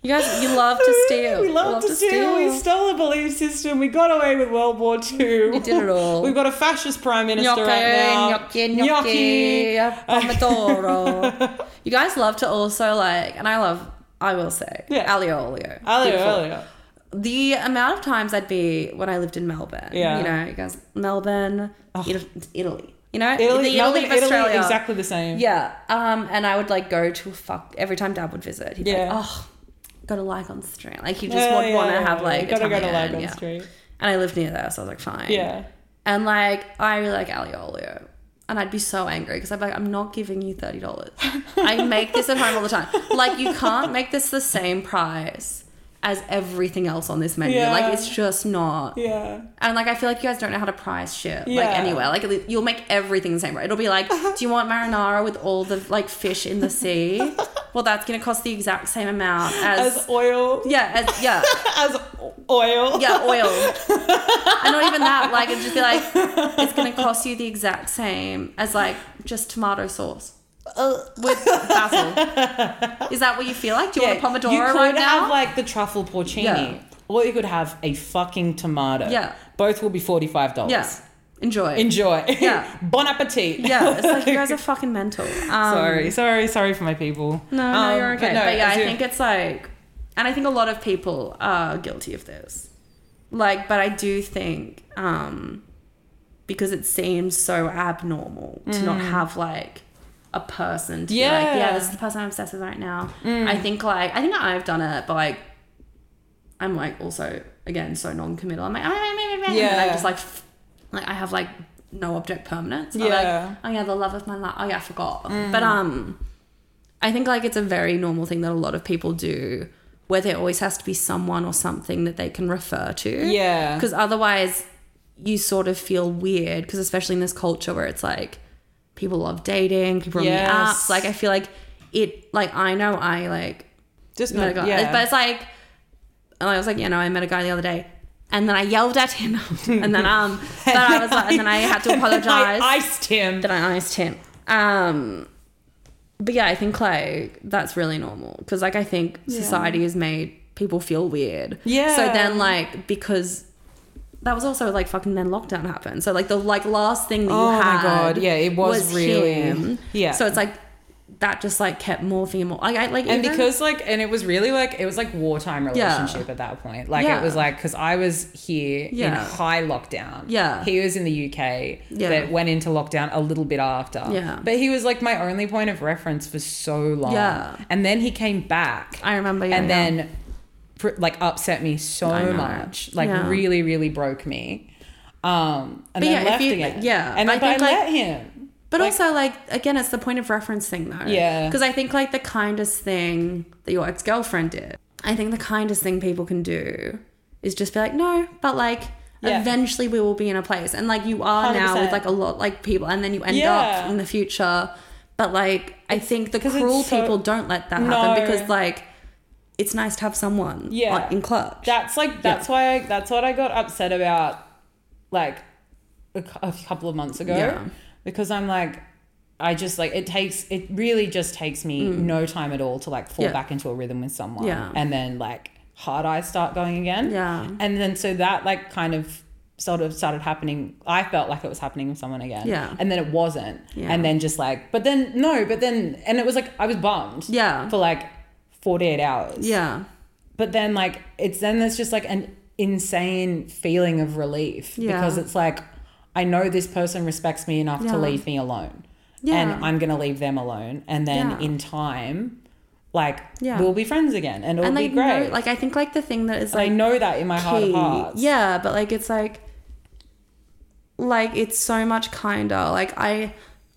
You guys, you love to steal.
we
You
love, to, steal. We stole a belief system. We got away with World War II. We
did it all.
We've got a fascist prime minister
Gnocchi,
right now.
gnocchi, gnocchi, pomodoro. you guys love to also like, and I love, I will say,
Yeah.
aglio olio.
Earlier,
Beautiful.
earlier.
The amount of times I'd be when I lived in Melbourne.
Yeah.
You know, you guys, Melbourne, Italy, Italy. You know,
Italy,
the
Melbourne,
of
Italy,
Australia.
exactly the same.
Yeah. Um, and I would like go to fuck every time Dad would visit. He'd
Yeah.
be like, oh, got to Lygon Street. Like you just
Yeah,
would
yeah,
want to
yeah,
have
yeah.
like
Gotta go to
Italian,
Lygon
yeah.
Street.
And I lived near there, so I was like, fine.
Yeah.
And like I really like aglio olio. And I'd be so angry because I'd be like, I'm not giving you thirty dollars. I make this at home all the time. Like you can't make this the same price as everything else on this menu.
Yeah.
Like it's just not.
Yeah.
And like I feel like you guys don't know how to price shit
Yeah.
like anywhere. Like at least- you'll make everything the same right. It'll be like, do you want marinara with all the like fish in the sea? Well, that's gonna cost the exact same amount as,
As oil.
yeah, as yeah,
As o- oil.
yeah, oil. and not even that. Like it'd just be like, it's gonna cost you the exact same as like just tomato sauce
Uh.
with basil. Is that what you feel like? Do you want a pomodoro
you could
right
have
now?
like the truffle porcini,
Yeah.
or you could have a fucking tomato.
Yeah.
Both will be forty five dollars.
yeah, enjoy.
Enjoy.
Yeah.
bon appetit.
yeah, it's like you guys are fucking mental. Um,
sorry, sorry, sorry for my people.
No, no,
Um,
you're okay. But,
no,
yeah, I
do-
think it's like, and I think a lot of people are guilty of this. Like, but I do think um, because it seems so abnormal to not have like a person to be like,
Mm. Yeah. Mm.
yeah, this is the person I'm obsessed with right now. I think like I think I've done it, but like I'm like also again so non-committal. I'm like, ah, meh, meh, meh, and I
Yeah.
just like f- like I have like no object permanence. I'm
Yeah. Mm.
like, oh yeah, the love of my life. Oh yeah, I forgot. But um, I think like it's a very normal thing that a lot of people do, where there always has to be someone or something that they can refer to.
Yeah.
Because otherwise, you sort of feel weird. Because especially in this culture where it's like people love dating, people are on the
Yes.
apps. Like I feel like it. Like I know I like
Just
met a
not,
guy.
yeah.
But it's like, and I was like, you know, I met a guy the other day, and then I yelled at him, and then um, but I was like, and then I had to apologize.
I iced him.
Then I iced him. Um, but yeah, I think like that's really normal because like I think society has made people feel weird.
Yeah.
So then like because. That was also like fucking then lockdown happened. So like the like last thing that you
Oh my
had.
God, yeah, it was really-
him.
yeah.
So it's like that just like kept morphing and more. Like I like
and
even-
because like and it was really like it was like wartime relationship at that point like
Yeah.
it was like because i was here in
Yeah.
high lockdown
Yeah.
he was in the uk
Yeah.
that went into lockdown a little bit after
Yeah.
but he was like my only point of reference for so long
Yeah.
and then he came back
I remember, yeah,
and
yeah.
then pr- like upset me
I
so
know.
much like
Yeah.
really really broke me um and
But
then
yeah, if
left
you-
again
yeah,
and then
I
but I,
think, like-
let him
But
Like-
also, like, again, it's the point of reference thing, though.
Yeah.
Because I think, like, the kindest thing that your ex girlfriend did, I think the kindest thing people can do is just be like, no, but like,
Yeah.
eventually we will be in a place. And like, you are now
100%.
with like a lot, like, people, and then you end
Yeah.
up in the future. But like, I think the
'cause it's
cruel
so-
people don't let that
No.
happen because, like, it's nice to have someone
Yeah.
like, in clutch.
That's like that's why I, that's what I got upset about, like a, cou- a couple of months ago,
Yeah.
because I'm like, I just like it takes it really just takes me no time at all to like fall
Mm. Yeah.
back into a rhythm with someone,
Yeah.
and then like hard eyes start going again,
Yeah.
and then so that like kind of sort of started happening i felt like it was happening with someone again
Yeah.
and then it wasn't
Yeah.
and then just like but then no but then and it was like i was bummed
Yeah.
for like 48 hours
yeah.
but then like it's then there's just like an insane feeling of relief
Yeah.
because it's like I know this person respects me enough
Yeah.
to leave me alone.
Yeah.
And I'm going to leave them alone and then
Yeah.
in time like
Yeah.
we'll be friends again and it'll
And
be
like,
great.
no, like, I think, like, the thing that is
And I
like,
know that in my heart
key.
of hearts.
Yeah, but like it's like like it's so much kinder. Like I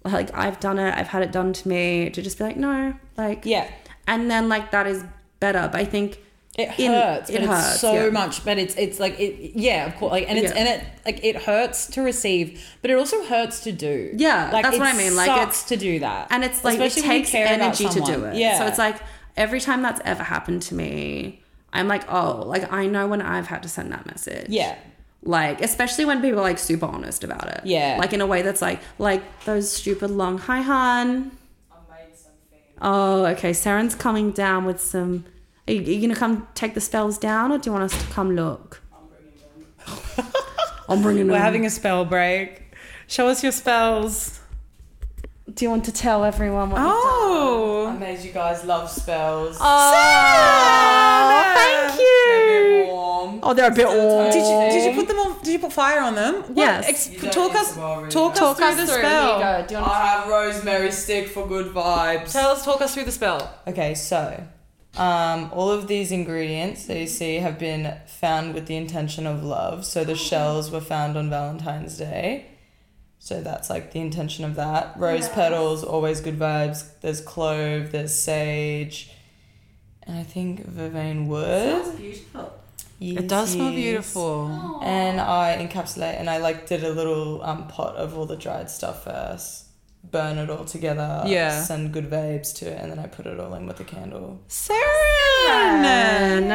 like I've done it, I've had it done to me to just be like, no, like
Yeah.
And then like that is better. But I think
It
in-
hurts, but it's so
yeah.
much. But it's it's like it, yeah, of course. Like and it's
Yeah.
and it like it hurts to receive, but it also hurts to do.
Yeah, that's what I mean, like,
sucks
it's-
to do that,
And it's like
Especially
it
when you
takes
care about
energy to do
someone.
it.
Yeah.
So it's like every time that's ever happened to me, I'm like, oh, like I know when I've had to send that message.
yeah,
Like, especially when people are like super honest about it.
Yeah.
Like in a way that's like like those stupid long hi han.
I made something.
Oh, okay. Saren's coming down with some are you, are you gonna come take the spells down or do you want us to come look?
I'm bringing them.
I'm bringing
we're
them.
having a spell break. Show us your spells.
Do you want to tell everyone what you've done?
I
Oh,
made you guys love spells.
Oh, Ah!
Sarah!
thank
They're a bit
you.
warm.
Oh, they're a bit warm.
did you did you put them on? Did you put fire on them? What-
Yes.
ex-
You don't
talk
need
us
to worry.
talk,
talk
us
us
through the
through?
spell.
Here you go. Do you want to
I have rosemary stick for good vibes.
Tell us, talk us through the spell.
Okay, so um, all of these ingredients that you see have been found with the intention of love. So the shells were found on Valentine's Day. So that's like the intention of that. Rose petals, always good vibes. There's clove, there's sage, and I think vervain wood.
beautiful.
Yes,
It does smell
yes.
beautiful.
And I encapsulate and I like did a little um, pot of all the dried stuff first. Burn it all together.
Yeah.
Send good vibes to it, and then I put it all in with a candle.
Saren!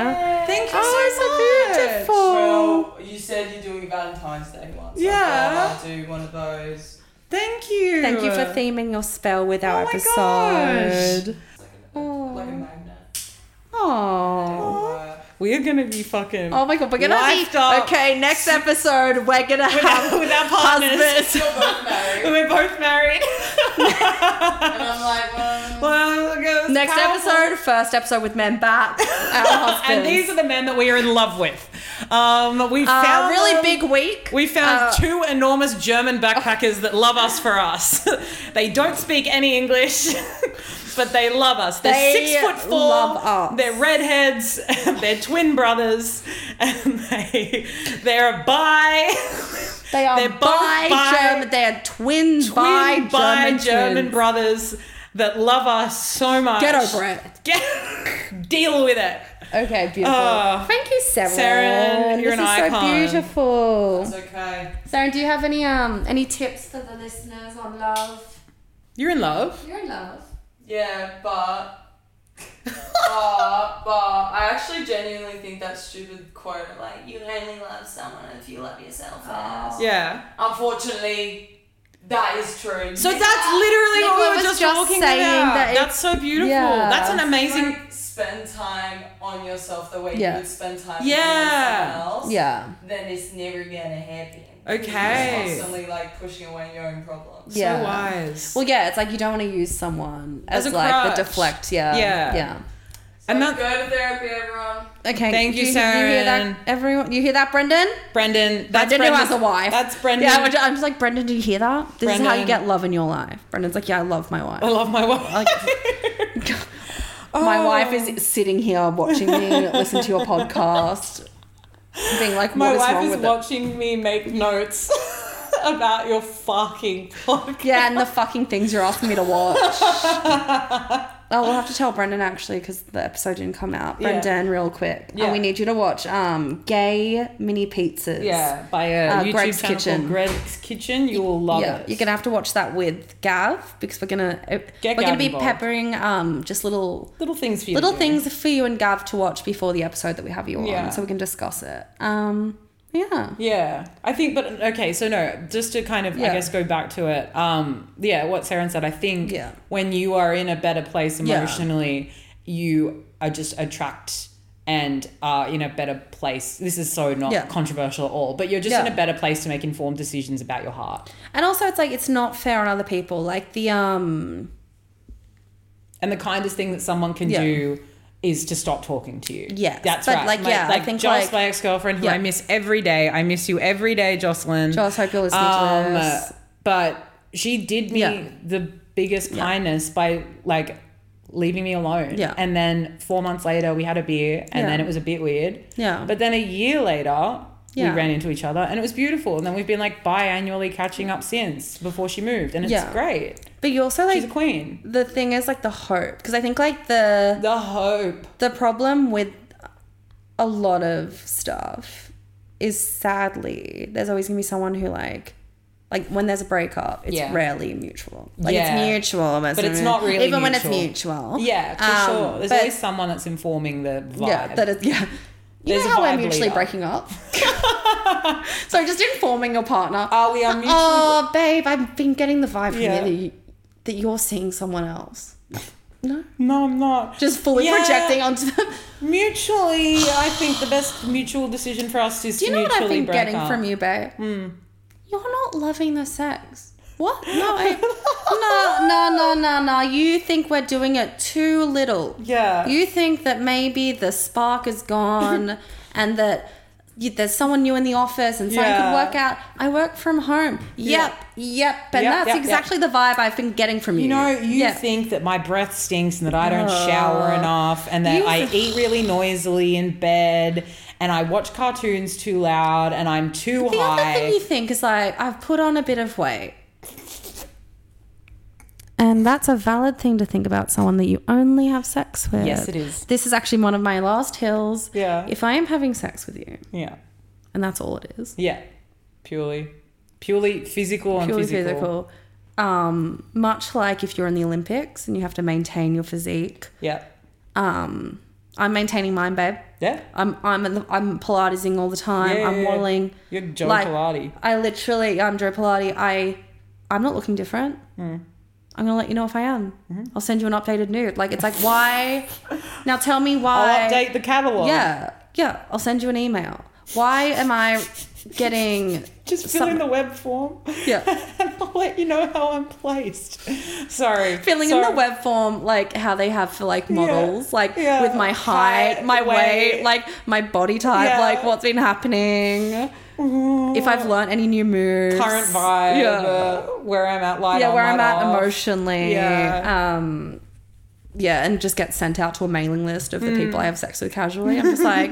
Thank you
Oh,
so
so
much.
beautiful.
Well, you said you're doing Valentine's Day once.
Yeah.
I thought I'll do one of those.
Thank you.
Thank you for theming your spell with our
Oh my
episode.
Like a
Oh.
magnet.
Oh.
Uh,
We are gonna be fucking
Oh my god, we're gonna be
Lifed up.
okay. Next episode, we're gonna have
with our
husbands.
you're both married.
We're both married.
uh,
Oh.
and I'm like, um, well,
Well, it's
Next
powerful.
episode, first episode with men back. Our husbands.
And these are the men that we are in love with. Um, we
Uh,
found
really
them-
big week.
We found
Uh, Oh.
two enormous German backpackers that love us for us. they don't speak any English, but they love us. They're
They
six foot four.
love us.
They're redheads. they're twin brothers, and they they're a bi.
They are
they're both
bi
bi-
German. They are twin, bi
twin bi
German. twins.
brothers that love us so much.
Get over it.
Get, deal with it.
Okay, beautiful.
Oh.
Thank you, Saren.
Saren, you're
this
an
is
icon.
so beautiful.
it's okay.
Saren, do you have any um any tips for the listeners on love?
You're in love.
You're in love.
Yeah, but. but, but I actually genuinely think that stupid quote, like, you only love someone if you love yourself first.
Yeah.
Unfortunately, that is true.
So that's literally
Nicola
what we were
was
just,
just
talking
saying
about.
that it-
that's so beautiful.
Yeah.
That's an amazing.
Like, spend time on yourself the way
Yeah.
you would spend time
Yeah.
on someone else.
Yeah.
Then it's never gonna happen.
Okay.
You're constantly like pushing away your own problems.
Yeah.
So wise.
Well, yeah, it's like you don't want to use someone
As
as,
a
like
crutch.
the deflect. Yeah.
Yeah.
Yeah.
So
and that,
go to therapy, everyone.
Okay.
Thank you,
you hear
Saren.
that, everyone? You hear that, Brendan?
Brendan. That's
Brendan, who
Brendan.
has a wife.
That's Brendan.
Yeah, I'm just- I'm just like, Brendan, did you hear that? This is how
Brendan.
you get love in your life. Brendan's like, yeah, I love my wife.
I love my wife.
My
Oh.
wife is sitting here watching me listen to your podcast, being like,
My
what is
wife
wrong
is
with it?
watching me make notes about your fucking podcast.
Yeah, and the fucking things you're asking me to watch. oh, we'll have to tell Brendan actually because the episode didn't come out.
Yeah.
Brendan, real quick,
Yeah.
and we need you to watch um, Gay Mini Pizzas.
Yeah, by a
Uh,
YouTube
Greg's
channel
Kitchen.
called Greg's Kitchen. You will love
yeah,
it.
you're gonna have to watch that with Gav because we're gonna uh,
Get
we're
Gav
gonna be
involved.
peppering um just little
little things for you.
little
to do.
things for you and Gav to watch before the episode that we have you on,
Yeah.
so we can discuss it. Um, yeah,
Yeah, I think, but okay, so no, just to kind of, I
Yeah.
guess, go back to it. Um, yeah, what Saren said, I think
Yeah.
when you are in a better place
Yeah.
emotionally, you are just attract and are in a better place. This is so not
Yeah.
controversial at all, but you're just in
Yeah.
a better place to make informed decisions about your heart.
and also it's like it's not fair on other people. Like the um,
And the kindest thing that someone can
Yeah.
do is to stop talking to you.
Yes,
that's
but,
right.
like, yeah, I
like
think,
Joss,
like-
my ex girlfriend, who
Yeah.
I miss every day. I miss you every day, Jocelyn.
Joss, hope you're listening to this.
Um, But she did me
Yeah.
the biggest kindness by like leaving me alone.
Yeah.
And then four months later, we had a beer, and
Yeah.
then it was a bit weird.
Yeah.
But then a year later,
Yeah.
we ran into each other and it was beautiful. And then we've been like biannually catching up since before she moved, and it's
Yeah.
great.
But you also like
She's a queen.
the thing is like the hope because I think like the
The hope.
the problem with a lot of stuff is sadly there's always gonna be someone who like like when there's a breakup it's
Yeah.
rarely mutual like
Yeah.
it's mutual but
it's not really
even when it's
mutual.
mutual
Yeah, for
Um,
sure. There's
but-
always someone that's informing the vibe.
yeah that is yeah you
There's
know
a
how we're
vibe
mutually
leader.
breaking up so just informing your partner
Are we on mutual?
oh babe i've been getting the vibe from you
Yeah.
that, you that you're seeing someone else no
no, I'm not.
just fully
Yeah.
projecting onto them
Mutually, I think the best mutual decision for us is
Do you
to
know what
mutually
I've been
break
getting
up. Hmm.
from you, babe? You're not loving the sex. What? No, I, no, no, no, no, no. You think we're doing it too little.
Yeah.
You think that maybe the spark is gone and that you, there's someone new in the office and something
Yeah.
could work out. I work from home.
Yeah.
Yep, yep. And
Yep,
that's
yep, yep.
exactly the vibe I've been getting from you.
You know, you
Yeah. Uh,
think that my breath stinks and that I don't shower enough and that
You-
I eat really noisily in bed and I watch cartoons too loud and I'm too
The
high.
other thing you think is like, I've put on a bit of weight. And that's a valid thing to think about someone that you only have sex with.
Yes, it is.
This is actually one of my last hills.
Yeah.
If I am having sex with you,
yeah.
and that's all it is,
Yeah. Purely. Purely physical and
purely
physical.
physical. Um, much like if you're in the Olympics and you have to maintain your physique.
Yeah.
Um, I'm maintaining mine, babe.
Yeah.
I'm I'm in the, I'm Pilatesing all the time.
Yeah, yeah,
I'm
yeah.
modeling.
You're Joe
Like-
Pilati.
I literally, I'm Joe Pilati. I, I'm not looking different.
Hmm.
I'm gonna let you know if I am.
Mm-hmm.
I'll send you an updated nude. Like it's like why? now tell me why.
I'll update the catalog.
Yeah, yeah. I'll send you an email. Why am I getting?
Just fill in
some-
the web form.
Yeah.
and I'll let you know how I'm placed. Sorry.
Filling in the
Sorry.
web form, like how they have for like models, like
yeah.
with my height,
Height,
my
weight.
weight, like my body type,
Yeah. Mm-hmm.
like what's been happening, if I've learned any new moves,
current vibe,
Yeah.
uh, where I'm at, light
yeah,
on,
where I'm
light
at
off.
emotionally.
Yeah.
Um, yeah, and just get sent out to a mailing list of the
Mm.
people I have sex with casually. I'm just like,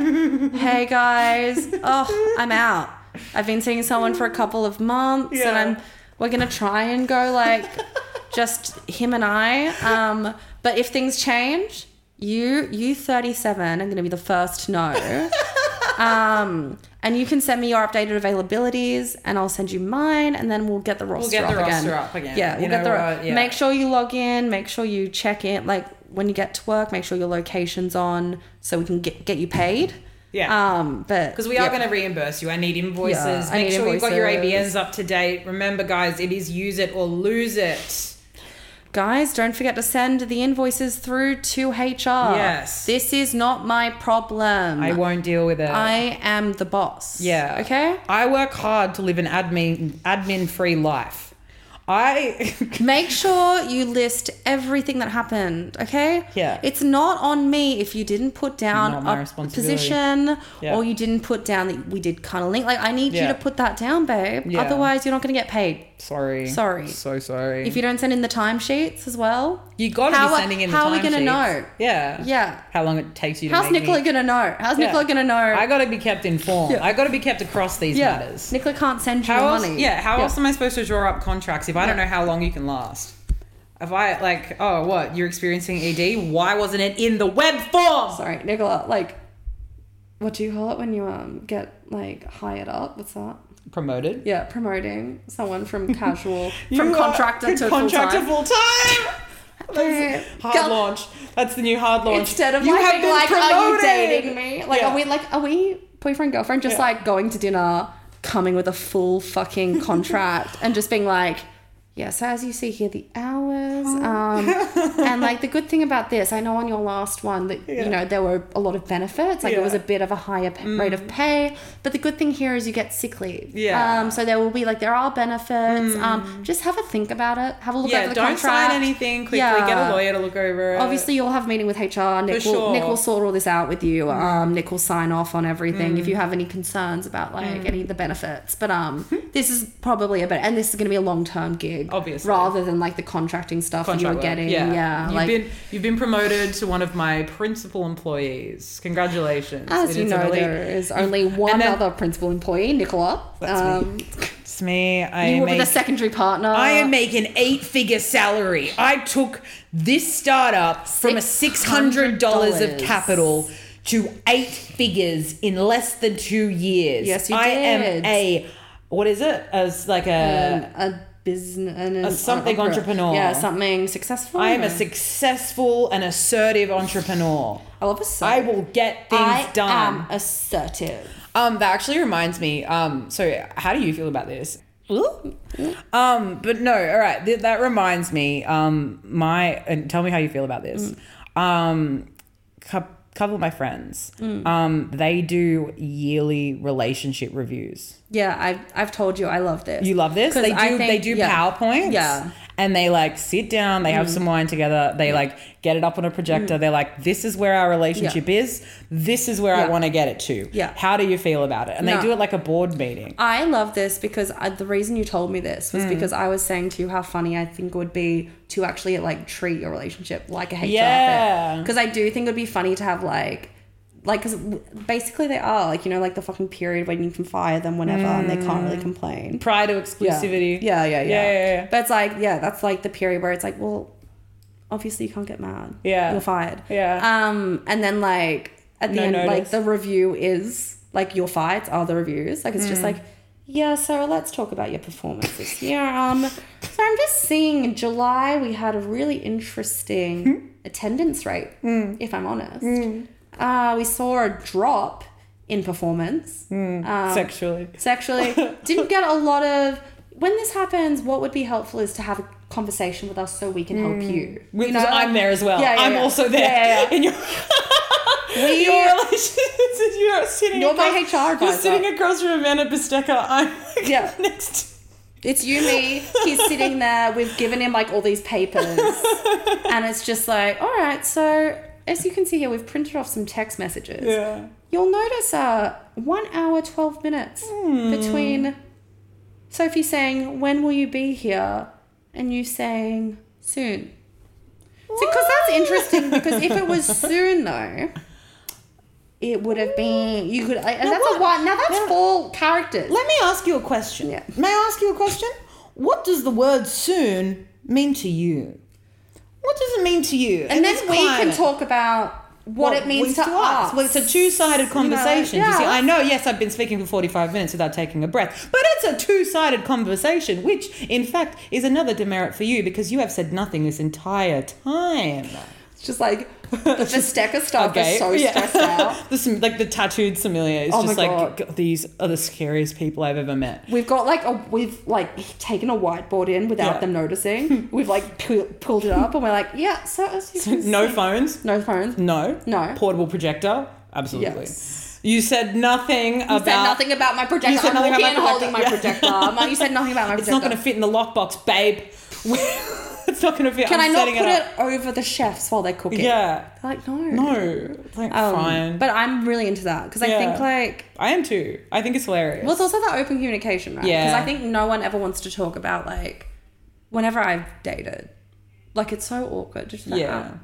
hey guys, oh, I'm out. I've been seeing someone for a couple of months,
Yeah.
and I'm we're gonna try and go like just him and I. Um, but if things change, you you 37 are gonna be the first to know. Um, and you can send me your updated availabilities, and I'll send you mine, and then we'll get the roster
get the
up again.
roster up again.
Yeah,
You
we'll get
know
the ro-
what? Yeah.
make sure you log in, make sure you check in. Like when you get to work, make sure your location's on so we can get get you paid.
Yeah.
Um, but
Because we are going to reimburse you. I need invoices.
Yeah, I
Make
need
sure you've got your
invoices.
ABNs up to date. Remember, guys, it is use it or lose it.
guys, don't forget to send the invoices through to HR.
Yes.
this is not my problem.
I won't deal with it.
Mm. I am the boss.
Yeah.
Okay.
I work hard to live an admin admin free life. I
Make sure you list everything that happened, okay?
Yeah.
It's not on me if you didn't put
Not
down
my
a
responsibility.
position
Yeah.
or you didn't put down that we did cuddling. Like, I need
Yeah.
you to put that down, babe.
Yeah.
Otherwise, you're not going to get paid.
sorry.
Sorry.
So sorry.
If you don't send in the timesheets as well,
you got to
How
be
are-
sending in the
how are we
time
gonna
sheets.
know?
Yeah.
yeah.
How long it takes you to
How's
make
Nicola
me-
going to know? How's
Yeah.
Nicola going to know?
I got to be kept informed.
Yeah.
I got to be kept across these
yeah.
matters.
Nicola can't send you
How else?
money.
Yeah. How else am I supposed to draw up contracts if I don't
Yeah.
know how long you can last? If I like, oh, what you're experiencing ED? Why wasn't it in the web form?
Sorry, Nicola, like, what do you call it when you um get, like, hired up? What's that?
Promoted
Yeah, promoting someone from casual,
You
from
are-
contractor to
contractor
full time.
full time. That's hard
Go-
launch. That's the new hard launch.
Instead of
You
like,
have
being
been
like, are you
promoted."
dating me? Like,
Yeah.
are we like, are we boyfriend girlfriend? Just
Yeah.
like going to dinner, coming with a full fucking contract, and just being like. Yeah, so as you see here, the hours, um, and like the good thing about this, I know on your last one that
Yeah.
you know there were a lot of benefits, like
Yeah. Mm.
it was a bit of a higher p- rate of pay, but the good thing here is you get sick leave.
Yeah. Mm.
Um, so there will be like there are benefits. Um, just have a think about it. Have a look
Yeah,
over the
don't
contract.
sign anything quickly.
Yeah.
Get a lawyer to look over it.
Obviously, you'll have a meeting with HR. Nick will
sure. Mm-hmm.
Nick will sort all this out with you. Um, Nick will sign off on everything
Mm.
if you have any concerns about like any of the
Hmm.
benefits. But um, this is probably a bit, and this is going to be a long term gig,
Obviously.
rather than like the contract contracting stuff that you were
work.
getting.
Yeah,
Yeah,
You've
like
been you've been promoted to one of my principal employees. Congratulations!
as
It
you
is
know,
really-
there is only one
And then-
other principal employee, Nicola. Um,
That's me. it's me. I
you were
make,
the secondary partner.
I make an eight-figure salary. I took this startup from a six hundred dollars of
$600.
capital to eight figures in less than two years.
Yes, you
I am
did.
a what is it? As like
Um,
a
a business, an,
a something
opera-
entrepreneur.
Yeah, something successful.
I am a successful and assertive entrepreneur.
I love assertive.
I will get things
I
done.
am assertive.
Um, that actually reminds me. Um, so how do you feel about this? Um, but no, all right. Th- that reminds me. Um, my and tell me how you feel about this. Um, cou- couple of my friends. Um, they do yearly relationship reviews.
Yeah, I've I've told you I love this.
You love this?
'Cause
They do.
I
they
think-
do
yeah.
powerpoints.
Yeah. Mm.
And they like sit down. They have some wine together. They like get it up on a projector. They're like, "This is where our relationship is. This is where I
Yeah.
want to get it to.
Yeah.
How do you feel about it?" And they
No.
do it like a board meeting.
I love this because I, the reason you told me this
Hmm.
was because I was saying to you how funny I think it would be to actually like treat your relationship like a HR
Yeah.
Because I do think it would be funny to have like, like, because basically they are like you know like the fucking period when you can fire them whenever and they can't
Hmm.
really complain.
Pride of exclusivity.
Yeah. Yeah, yeah, yeah,
Yeah, yeah, yeah.
But it's like, yeah, that's like the period where it's like, well, obviously you can't get mad.
Yeah.
you're fired.
Yeah.
Um, and then like at the
No
end,
notice.
like the review is like your fights are the reviews. Like it's
Mm.
just like, yeah, Sarah, let's talk about your performance this year. Um, so I'm just seeing in July we had a really
Hmm?
interesting attendance rate. If I'm honest, uh, we saw a drop in performance. Um,
Sexually.
sexually. Didn't get a lot of. When this happens, what would be helpful is to have a conversation with us so we can help you.
Because
you know,
Hmm. I'm
like-
there as well.
Yeah, yeah,
I'm
yeah.
also there
Yeah, yeah, yeah.
in your
We-
your relationships. You're sitting.
You're my
across-
HR
You're
advisor.
sitting across from Amanda Bestecker. I'm
uh, Yeah.
next. to-
It's you, me. He's sitting there. We've given him like all these papers, and it's just like, all right. So as you can see here, we've printed off some text messages.
Yeah.
You'll notice uh, one hour twelve minutes
Hmm.
between Sophie saying, "When will you be here?" and you saying, "Soon." Because that's interesting. Because if it was soon, though, it would have been you could. I- And that's
what-
a one. Now that's
now-
four characters.
Let me ask you a question.
Yeah.
May I ask you a question? What does the word soon mean to you? What does it mean to you?
and then we can talk about what, it means to us.
Well, it's a two-sided
You know,
conversation. You, see,
yeah.
I know. Yes, I've been speaking for forty-five minutes without taking a breath, but it's a two-sided conversation, which, in fact, is another demerit for you because you have said nothing this entire time.
It's just like the Visteca stuff is so
yeah.
stressed out.
the, Som- like the tattooed sommelier is
Oh my
just like
God.
"God, these are the scariest people I've ever met.
We've got like a we've like taken a whiteboard in without
Yeah.
them noticing. We've like pu- pulled it up and we're like, yeah. So as you can
No
see-
phones.
no phones.
No.
No.
Portable projector. Absolutely.
Yes.
You said nothing
You
about.
said nothing about my projector.
You said
I'm
nothing
walking
about
and
my
holding my
projector.
projector. Mum, you said nothing about my
It's
projector.
not going to fit in the lockbox, babe. it's not going to fit.
Can
I'm
i not
setting
put
it,
it,
up.
over the chefs while they're cooking?
Yeah.
They're like no.
No. It's Like
Um,
fine.
But I'm really into that because I
Yeah.
think like
I am too. I think it's hilarious.
Well, it's also that open communication, right?
Yeah.
Because I think no one ever wants to talk about like, whenever I've dated, like it's so awkward. Just like,
Yeah.
oh,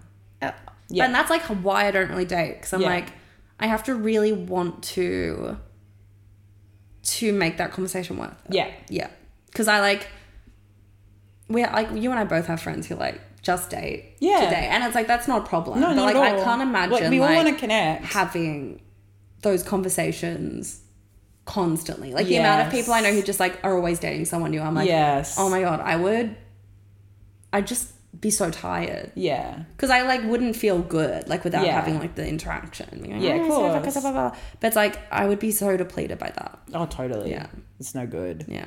yeah.
Yeah.
And that's like why I don't really date because I'm
Yeah.
like, I have to really want to, to make that conversation work.
yeah.
Yeah. Because I like, we like you and I both have friends who like just date
Yeah.
today, and it's like that's not a problem.
No,
but
not
like
at
I
all.
can't imagine
Like, we all
like,
want to connect.
having those conversations constantly. Like the amount of
Yes.
people I know who just like are always dating someone new. I'm like,
Yes.
oh my god, I would. I'd just be so tired
Yeah.
because I like wouldn't feel good like without
Yeah.
having like the interaction. You know,
Yeah, of
"Oh, so
course.
blah, blah, blah, blah." But it's like I would be so depleted by that.
Oh, totally.
Yeah.
It's no good.
Yeah.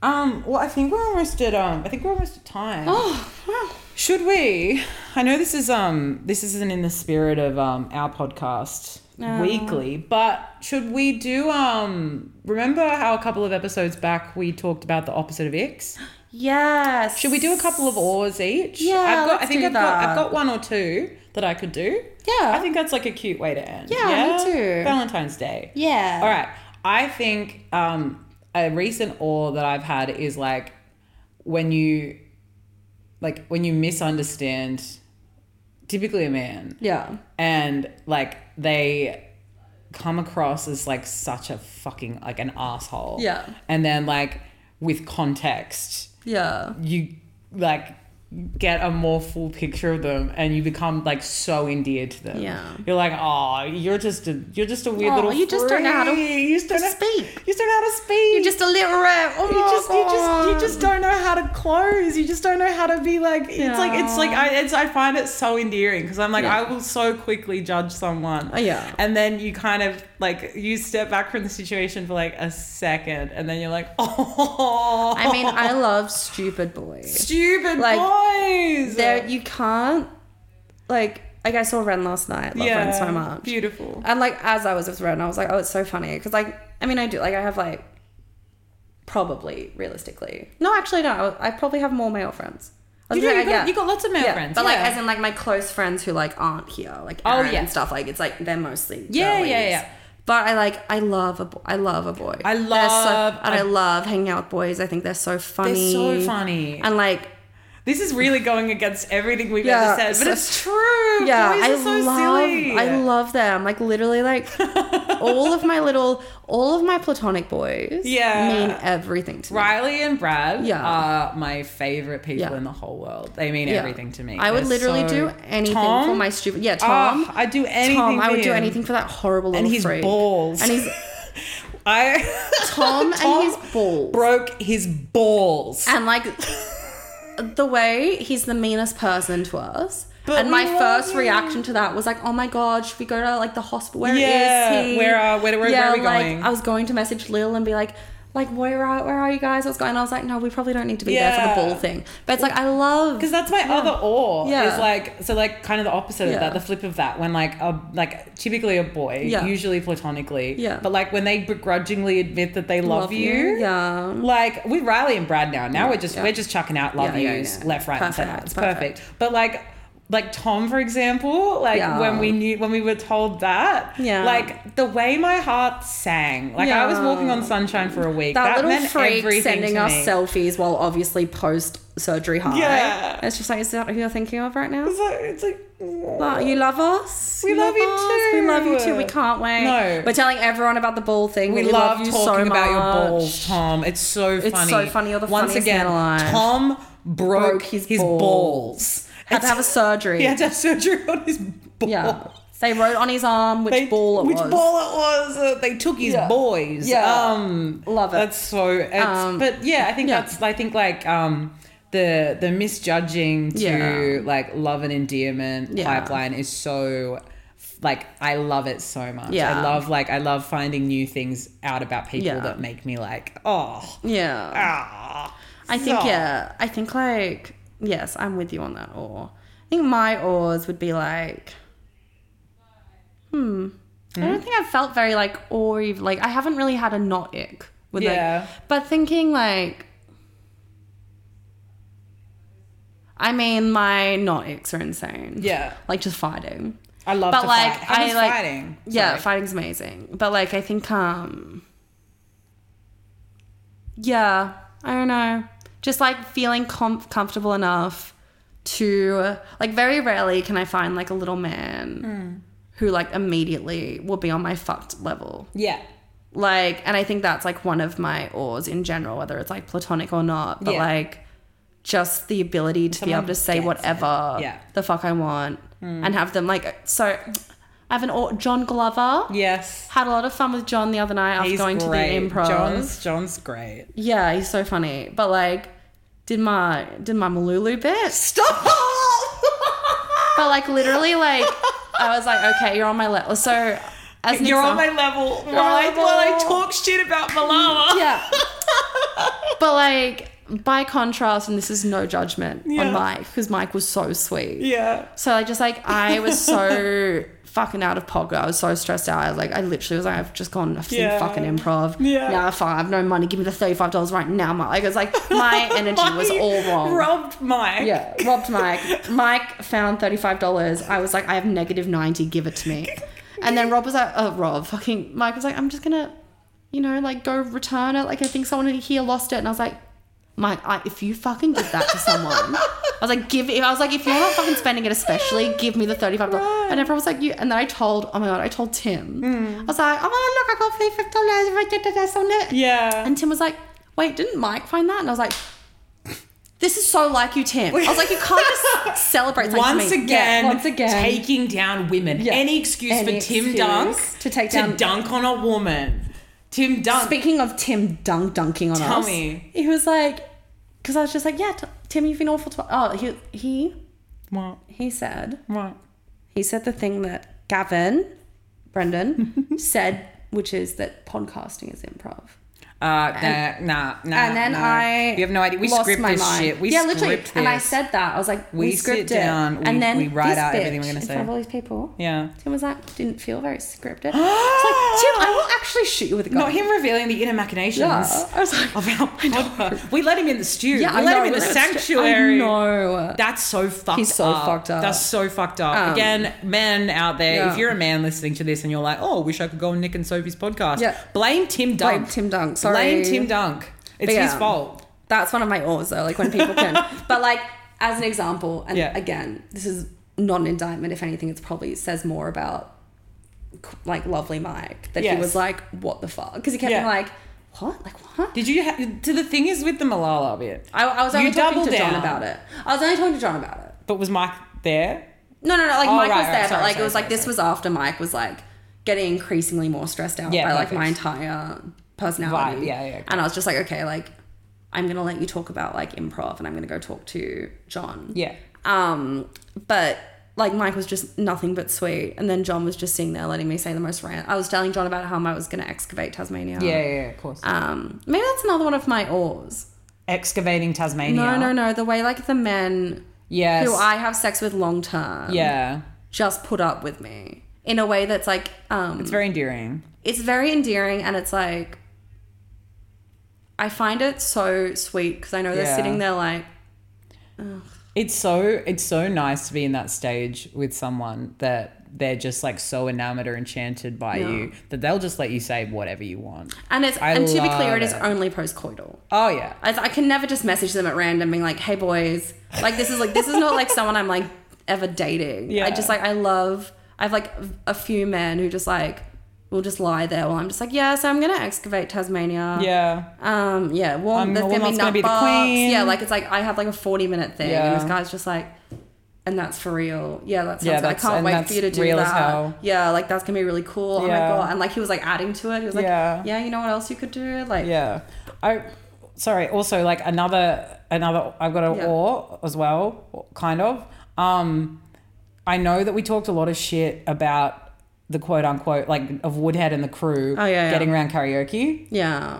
Um. Well, I think we're almost at um. I think we're almost at time.
Oh wow.
Should we? I know this is um this isn't in the spirit of um our podcast
No.
weekly, but should we do um remember how a couple of episodes back we talked about the opposite of X?
Yes.
Should we do a couple of O's each?
Yeah,
I've got I
let's
think
do
I've got I've
that.
got one or two that I could do.
Yeah.
I think that's like a cute way to end.
Yeah, me too.
Valentine's Day.
Yeah.
All right. I think um, a recent awe that I've had is like when you like when you misunderstand typically a man
Yeah.
and like they come across as like such a fucking like an asshole.
Yeah.
And then like with context,
Yeah.
you like get a more full picture of them and you become like so endeared to them.
Yeah.
You're like, oh, you're just a you're just a weird
Aw,
little
you just don't know how to
freak. you just don't know,
speak.
You just don't know how to speak.
You're just illiterate. Oh
You
my
just, you just, you
God.
just don't know how to close. You just don't know how to be like. It's like, it's like, I, it's, I find it so endearing because I'm like,
Yeah.
I will so quickly judge someone.
Oh, yeah.
And then you kind of like, you step back from the situation for like a second, and then you're like, oh.
I mean, I love stupid boys.
stupid
like,
boys.
There, you can't. Like, like I saw Ren last night. Love Ren so much.
Beautiful.
And like as I was with Ren, I was like, oh, it's so funny because like I mean, I do like I have like probably realistically, no, actually no, I, I probably have more male friends. I was
You do,
gonna
you
say,
got- you got lots of male friends,
but like
yeah.
as in like my close friends who like aren't here, like
Oh,
Aaron
yeah.
and stuff. Like it's like they're mostly
Yeah, yeah,
girlies.
yeah.
But I like I love a bo- I love a boy.
I
They're so-
love-
and I,
I-
love hanging out with boys. I think they're so funny.
so funny.
and like
This is really going against everything we've
Yeah,
ever said, but
so-
it's true.
Yeah,
boys
I
are so
love
silly.
I love them. Like literally like all of my little all of my platonic boys
Yeah.
mean everything to me.
Riley and Brad
Yeah.
are my favorite people
Yeah.
in the whole world. They mean
Yeah.
everything to me.
I would
They're
literally
so-
do anything for
Tom?
my stupid Yeah,
Ah,
Tom.
I do anything.
Tom, I
for
would do
him.
anything for that horrible little
And his
freak.
balls.
And he's
I
Tom,
Tom
and his balls.
broke his balls.
and like the way he's the meanest person to us.
But
and my
we love
first
him.
reaction to that was like, oh my god, should we go to like the hospital? Where is
Yeah,
he?
where, uh, where- where- where are we
like,
going?
I was going to message Lil and be like, like where are where are you guys? I was going. I was like, no, we probably don't need to be there for
Yeah.
the ball thing. But it's like I love
because that's my other awe
Yeah.
is like so like kind of the opposite
Yeah.
of that the flip of that when like a like typically a boy
Yeah.
usually platonically
Yeah.
but like when they begrudgingly admit that they love, you,
Yeah,
like with Riley and Brad now now we're just
yeah.
we're just chucking out love
Yeah, yeah,
yous
yeah.
left right
Perfect,
and center it's
perfect.
perfect. but like like Tom for example like
Yeah.
when we knew when we were told that
Yeah.
like the way my heart sang like I was
Yeah.
walking on sunshine for a week
that,
that,
little
meant
freak
everything
sending
to
us
me.
selfies while obviously post surgery high.
Yeah.
it's just like is that who you're thinking of right now?
it's like, it's like
But you love us.
We love you
us. We love you
too.
too. We can't wait.
No.
We're telling everyone about the ball thing.
We,
that
love,
you
talking
so
about your
much.
balls, Tom. It's so funny.
so funny. You're the
Once
funniest
again,
man alive.
Tom broke,
Broke his
his, balls.
balls. Had to have a surgery.
He had to have surgery on his balls.
Yeah. They wrote on his arm which
They-
ball it
which
was.
ball it was? Uh, they took his
Yeah.
boys.
Yeah.
Um,
Love it.
That's so. It's,
Um,
but yeah, I think
yeah.
that's. I think like um, the the misjudging to
Yeah.
like love and endearment
Yeah.
pipeline is so. Like I love it so much.
Yeah.
I love like I love finding new things out about people
Yeah.
that make me like oh
Yeah.
ah.
I think
so-
yeah. I think like yes, I'm with you on that. Or I think my oars would be like, hmm. I don't think I've felt very like or even like I haven't really had a not ick with
Yeah.
like, but thinking like. I mean, my not icks are insane.
Yeah.
like just fighting.
I love
but
to
like
fight.
I
Heaven's
like
fighting.
yeah,
Sorry.
fighting's amazing. But like I think um yeah, I don't know. Just like feeling com- comfortable enough to like very rarely can I find like a little man
Hmm.
who like immediately will be on my fucked level.
yeah.
Like and I think that's like one of my ores in general whether it's like platonic or not, but
Yeah.
like just the ability to be
Someone
able to say
gets it.
whatever
Yeah. Hmm.
the fuck I want and have them like so I have an or John Glover
Yes.
had a lot of fun with John the other night after
He's
going
great.
to the improv.
John's John's great.
Yeah, he's so funny. But like, did my did my Malulu bit?
Stop.
But like, literally, like, I was like, okay, you're on my level. So as an
You're on
example-
my level. While I,
level.
while I talk shit about Malala.
yeah. but like, by contrast, and this is no judgment
Yeah.
on Mike because Mike was so sweet.
Yeah.
So I just like I was so fucking out of pocket. I was so stressed out. I was like, I literally was like, I've just gone. I've seen
Yeah.
fucking improv.
Yeah.
Now fine. I've no money. Give me the thirty five dollars right now, Mike. Like it's like my energy was
Mike
all wrong.
Robbed Mike.
yeah, robbed Mike. Mike found thirty five dollars. I was like, I have negative ninety. Give it to me. And then Rob was like, oh Rob, fucking Mike was like, I'm just gonna, you know, like go return it. Like I think someone here lost it. And I was like, Mike, I, if you fucking did that to someone, I was like, give. I was like, if you're not fucking spending it, especially, give me the thirty-five dollars. And everyone was like, you. And then I told, oh my god, I told Tim. I was like, oh my god, look, I got thirty-five dollars if I did the test on it.
Yeah.
And Tim was like, wait, didn't Mike find that? And I was like, this is so like you, Tim. I was like, you can't just celebrate something for
Once
me.
again,
Yeah, once again,
taking down women.
Yeah.
Any excuse
Any
for Tim
excuse
Dunk
to take
to
down-
dunk on a woman. Tim Dunk.
Speaking of Tim dunk dunking on
Tell
us,
me.
he was like, because I was just like, yeah, t- Tim, you've been awful to. Oh, he he
Mwah,
he said
mwah.
he said the thing that Gavin, Brendan said, which is that podcasting is improv.
Uh, nah, nah, nah.
And then
nah.
I
Ah, You have no idea. We
lost
script
my
this
mind.
shit. We
yeah,
script
literally.
this.
And I said that I was like, we,
We sit
script it,
down, we-
and then
we write
this
out
bitch,
everything we're gonna
in
say.
front of all these people.
Yeah.
Tim was like, didn't feel very scripted. I was like, Tim, I will actually shoot you with a gun.
Not him revealing the inner machinations
Yeah. I was like,
of our podcast. We let him in the stew.
yeah,
we
I
let
know,
him in
we
the
let him-
sanctuary.
I know.
That's so fucked
He's so
up.
fucked up.
That's so fucked up.
Um,
Again, men out there,
yeah.
if you're a man listening to this and you're like, oh, wish I could go on Nick and Sophie's podcast,
Yeah.
blame Tim Dunk.
Blame Tim Dunk, sorry.
Blame Tim Dunk. It's
But
his
yeah.
fault.
That's one of my ores though, like when people can. but like as an example, and
Yeah.
again, this is not an indictment. If anything, it's probably says more about like lovely Mike that
Yes.
he was like, "What the fuck?" Because he kept
Yeah.
being like, "What? Like what?"
Did you? Ha- to the thing is with the Malala bit,
I, I was only
You
talking
double
to John
down.
about it. I was only talking to John about it.
but was Mike there?
No, no, no. Like
Oh,
Mike
right,
was
right,
there, but
sorry,
like
sorry,
it was like
sorry,
this was after Mike was like getting increasingly more stressed out
Yeah,
by like
perfect.
my entire personality.
Vibe, yeah, yeah, okay.
And I was just like, okay, like I'm gonna let you talk about like improv, and I'm gonna go talk to John.
Yeah.
Um, but like Mike was just nothing but sweet, and then John was just sitting there letting me say the most rant. I was telling John about how I was gonna excavate Tasmania.
Yeah, yeah, yeah, of course.
Um, maybe that's another one of my oars.
Excavating Tasmania.
No, no, no. The way like the men
Yes.
who I have sex with long term
yeah.
just put up with me in a way that's like um
It's very endearing.
it's very endearing and it's like I find it so sweet because I know they're
Yeah.
sitting there like
It's so it's so nice to be in that stage with someone that they're just like so enamored or enchanted by
Yeah.
you that they'll just let you say whatever you want.
and it's
I
and to be clear
love
it is
it.
only postcoital.
Oh yeah.
I, I can never just message them at random being like hey boys like this is like this is not like someone I'm like ever dating.
Yeah.
I just like I love I've like a few men who just like will just lie there while I'm just like yeah so I'm gonna excavate Tasmania.
Yeah.
Um, yeah, warm.
Um,
there's gonna be
Walmart's
nut
gonna be the
box.
queen.
Yeah, like it's like I have like a 40 minute thing,
Yeah.
and this guy's just like, and that's for real. Yeah, that's
Yeah,
yeah, I
that's-
can't
and
wait
that's
for you to do
real
that.
as hell.
Yeah, like that's gonna be really cool. Oh
Yeah.
my god! And like he was like adding to it. He was like,
Yeah.
yeah, you know what else you could do? Like,
Yeah. I sorry, also like another another I've got an
Yeah.
or as well, kind of. Um I know that we talked a lot of shit about the quote unquote like of Woodhead and the crew
Oh, yeah, yeah.
getting around karaoke.
yeah,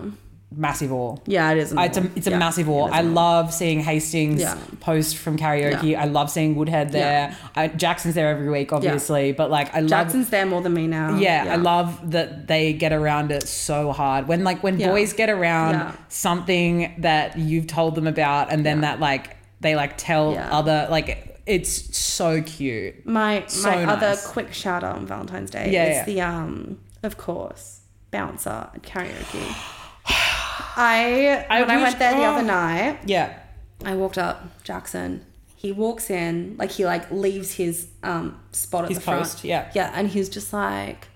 Massive or.
yeah, it is. an
It's a,
award.
it's a
Yeah.
massive war.
It is
I
an award.
love seeing Hastings
Yeah.
post from karaoke. I love seeing Woodhead there. I, Jackson's there every week, obviously, but like I love.
Jackson's there more than me now.
yeah, I love that they get around it so hard. When like when
Yeah.
boys get around
Yeah.
something that you've told them about, and then that like they like tell
Yeah.
other like it's so cute.
My
So
my other
nice.
quick shout out on Valentine's Day
Yeah,
is
yeah.
the um of course bouncer at karaoke. I,
I
when I
wish-
went there the
oh.
other night,
Yeah,
I walked up Jackson. He walks in like he like leaves his um spot at
His
the front.
post, yeah.
yeah, and he's just like.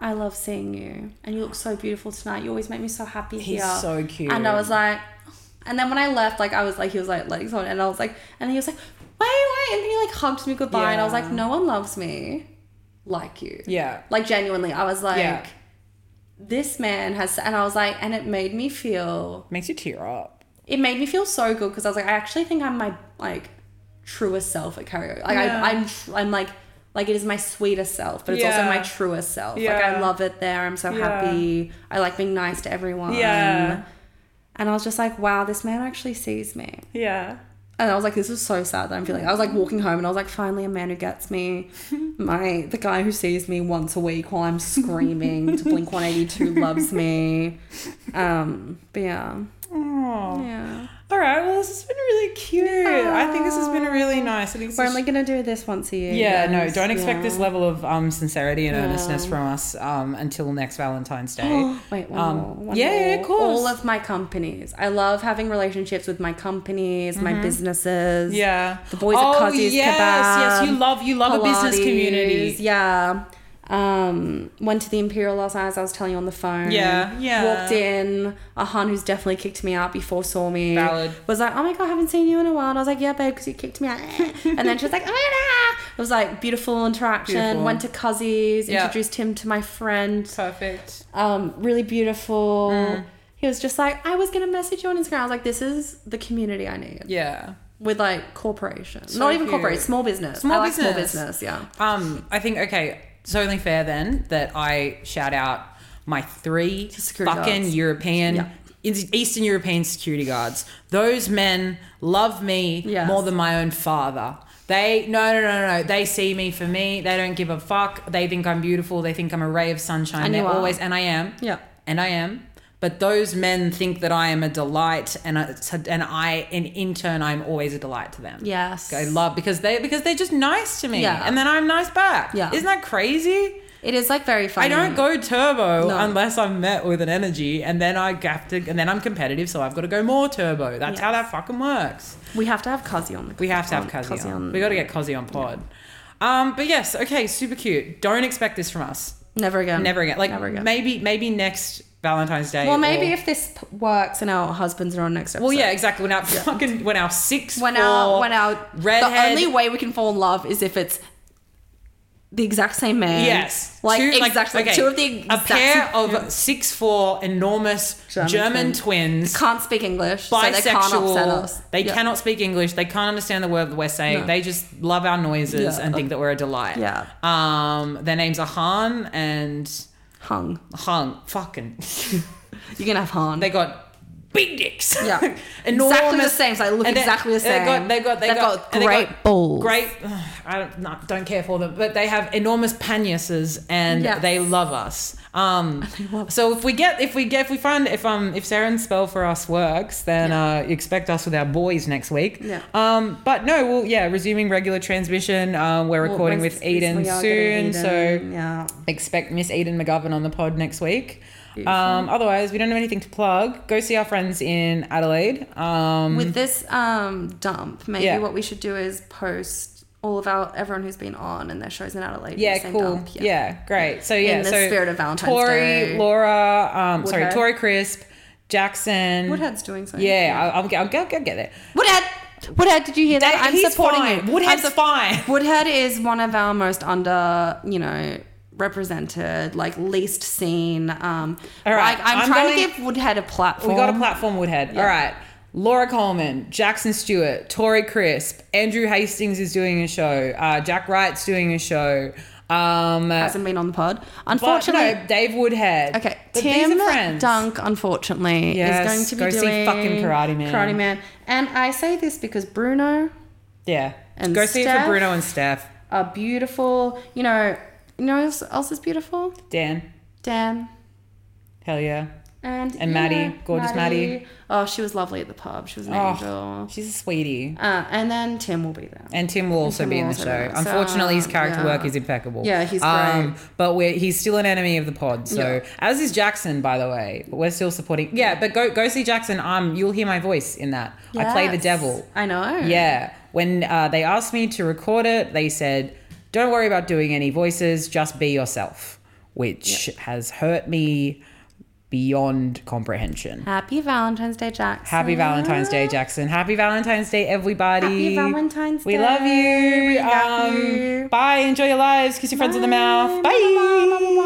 I love seeing you, and you look so beautiful tonight. You always make me so happy
He's
here.
so cute.
And I was like, and then when I left, like I was like, he was like letting someone, and I was like, and he was like, wait, wait, and then he like hugged me goodbye, and I was
Yeah.
like, no one loves me like you.
yeah,
Like genuinely, I was like,
Yeah.
this man has, and I was like, and it made me feel,
makes you tear up.
it made me feel so good because I was like, I actually think I'm my like truest self at karaoke. Like
Yeah.
I, I'm, tr- I'm like, like it is my sweetest self, but it's also
Yeah.
my truest self. Like
Yeah.
I love it there. I'm so
Yeah.
happy. I like being nice to everyone.
Yeah.
And I was just like, wow, this man actually sees me.
Yeah,
And I was like, this is so sad that I'm feeling. I was like walking home and I was like, finally a man who gets me. My the guy who sees me once a week while I'm screaming to Blink 182 loves me. Um, but yeah.
Aww.
Yeah.
All right. Well, this has been really cute. I think this has been really nice. I think this
We're
is-
only gonna do this once a year.
yeah, no,
guys.
don't expect this
Yeah.
level of um, sincerity and
Yeah.
earnestness from us um, until next Valentine's Day.
Wait, one
Um,
more. One
yeah,
more.
yeah, of course.
All of my companies. I love having relationships with my companies, my businesses.
Mm-hmm. yeah.
The boys at Cozzy's
Oh, yes,
Kebab,
yes. You love you love a business
Pilates,
community.
Yeah. Um, went to the Imperial last night, as I was telling you on the phone.
Yeah, yeah.
Walked in, a hun who's definitely kicked me out before saw me.
Valid.
Was like, oh my god, I haven't seen you in a while. And I was like, yeah, babe, because you kicked me out. and then she was like, oh my god. ah." It was like beautiful interaction.
Beautiful.
Went to Cuzzies,
Yeah.
introduced him to my friend
Perfect.
um, really beautiful.
Mm.
He was just like, I was gonna message you on Instagram. I was like, this is the community I need
Yeah.
with like corporations,
So
not even
cute.
corporate, small business.
Small
I like small
business.
business. Yeah,
Um, I think okay. It's only fair then that I shout out my three
Security
fucking
guards.
European.
Yeah.
Eas- Eastern European security guards. Those men love me
Yes.
more than my own father. They no no no no. They see me for me. They don't give a fuck. They think I'm beautiful. They think I'm a ray of sunshine.
And
They're
you are.
always and I am.
yeah.
and I am. But those men think that I am a delight, and I, and I, and in turn, I'm always a delight to them.
Yes.
I love because they because they're just nice to me,
Yeah.
and then I'm nice back.
Yeah.
isn't that crazy?
It is like very funny.
I don't go turbo
No.
unless I'm met with an energy, and then I have to, and then I'm competitive, so I've got to go more turbo. That's how that fucking works.
We have to have Kazi on the.
We have to have Kazi on. We got to get Kazi on pod. Um, but yes, okay, super cute. Don't expect this from us.
never again.
Never again. Like
never again.
maybe maybe next Valentine's Day.
well, maybe
or-
if this p- works and our husbands are on next episode.
Well, yeah, exactly. When our fucking when our six
When
four
our when our
redhead-
the only way we can fall in love is if it's the exact same man.
yes,
like
Two-
exactly
okay,
two of the exact
a pair
same-
of six four enormous German,
German
twins.
can't speak English, so they can't
bisexual.
upset us.
They
Yeah.
cannot speak English. They can't understand the word that we're saying.
No.
They just love our noises
Yeah.
and think that we're a delight.
Yeah.
Um. Their names are Han and
hung.
Hung. Fucking.
You're gonna have Han.
they got. Big dicks,
Yeah.
enormous.
Exactly the same, so they look
and they-
exactly the
They got,
same.
they got, they
They've
got,
got
and they
great balls.
Great, I don't, no, don't care for them, but they have enormous paniuses and
Yes.
they love us. Um,
love
so if we get, if we get, if we find, if um, if Saren's spell for us works, then uh, expect us with our boys next week.
Yeah.
Um, but no, well, yeah, resuming regular transmission. Um, we're
Well,
recording
when's-
with Eden
we are getting
soon, so
Eden, yeah.
expect Miss Eden McGovern on the pod next week.
Beautiful.
Um, otherwise, we don't have anything to plug. Go see our friends in Adelaide. Um,
With this um dump, maybe
Yeah.
what we should do is post all of our everyone who's been on and their shows in Adelaide. in the
yeah,
same
cool.
dump.
yeah. great. So yeah,
the
so
spirit of Valentine's
Tori,
Day.
Laura, um, sorry,
Woodhead.
Tori Crisp, Jackson.
Woodhead's doing something.
Yeah, I'll, I'll, get- I'll, get- I'll get there.
Woodhead. Woodhead, did you hear that?
Dad,
I'm
he's
supporting
fine.
you.
Woodhead's
I'm sup-
fine.
Woodhead is one of our most under, you know, represented, like least seen. Um,
All right,
like, I'm,
I'm
trying
going-
to give Woodhead a platform.
We got a platform, Woodhead. All right. Laura Coleman, Jackson Stewart, Tori Crisp, Andrew Hastings is doing a show. Uh, Jack Wright's doing a show. Um,
Hasn't been on the pod,
but,
unfortunately.
no, Dave Woodhead.
Okay,
But these
Tim
are friends.
Dunk, unfortunately,
Yes,
is going
go
to be
see
doing
fucking Karate Man.
Karate Man, and I say this because Bruno
Yeah.
And
Go see it for
Steph.
Bruno and Steph.
are beautiful. You know, you know who else is beautiful?
Dan.
Dan
Hell yeah.
and
And Maddie, gorgeous Maddie. Oh.
Oh, she was lovely at the pub. She was an angel.
She's a sweetie.
Uh, and then Tim will be there.
And Tim will also
Tim
be in
will
the
also
show.
be there. So,
Unfortunately, his character
Um, yeah.
work is impeccable. Um,
Yeah, he's
but we're, he's still an enemy of the pod. So
Yeah.
as is Jackson, by the way. But we're still supporting. Yeah, but go go see Jackson. Um, you'll hear my voice in that. I play the
Yes.
devil.
I know.
Yeah. When uh, they asked me to record it, they said, "Don't worry about doing any voices. Just be yourself," which has hurt me beyond comprehension.
Happy Valentine's Day, Jackson.
Happy Valentine's Day, Jackson. Happy Valentine's Day, everybody.
Happy Valentine's
We
Day.
love you.
We love
um,
you.
Bye. Enjoy your lives. Kiss your friends in the mouth.
Bye.
Bye.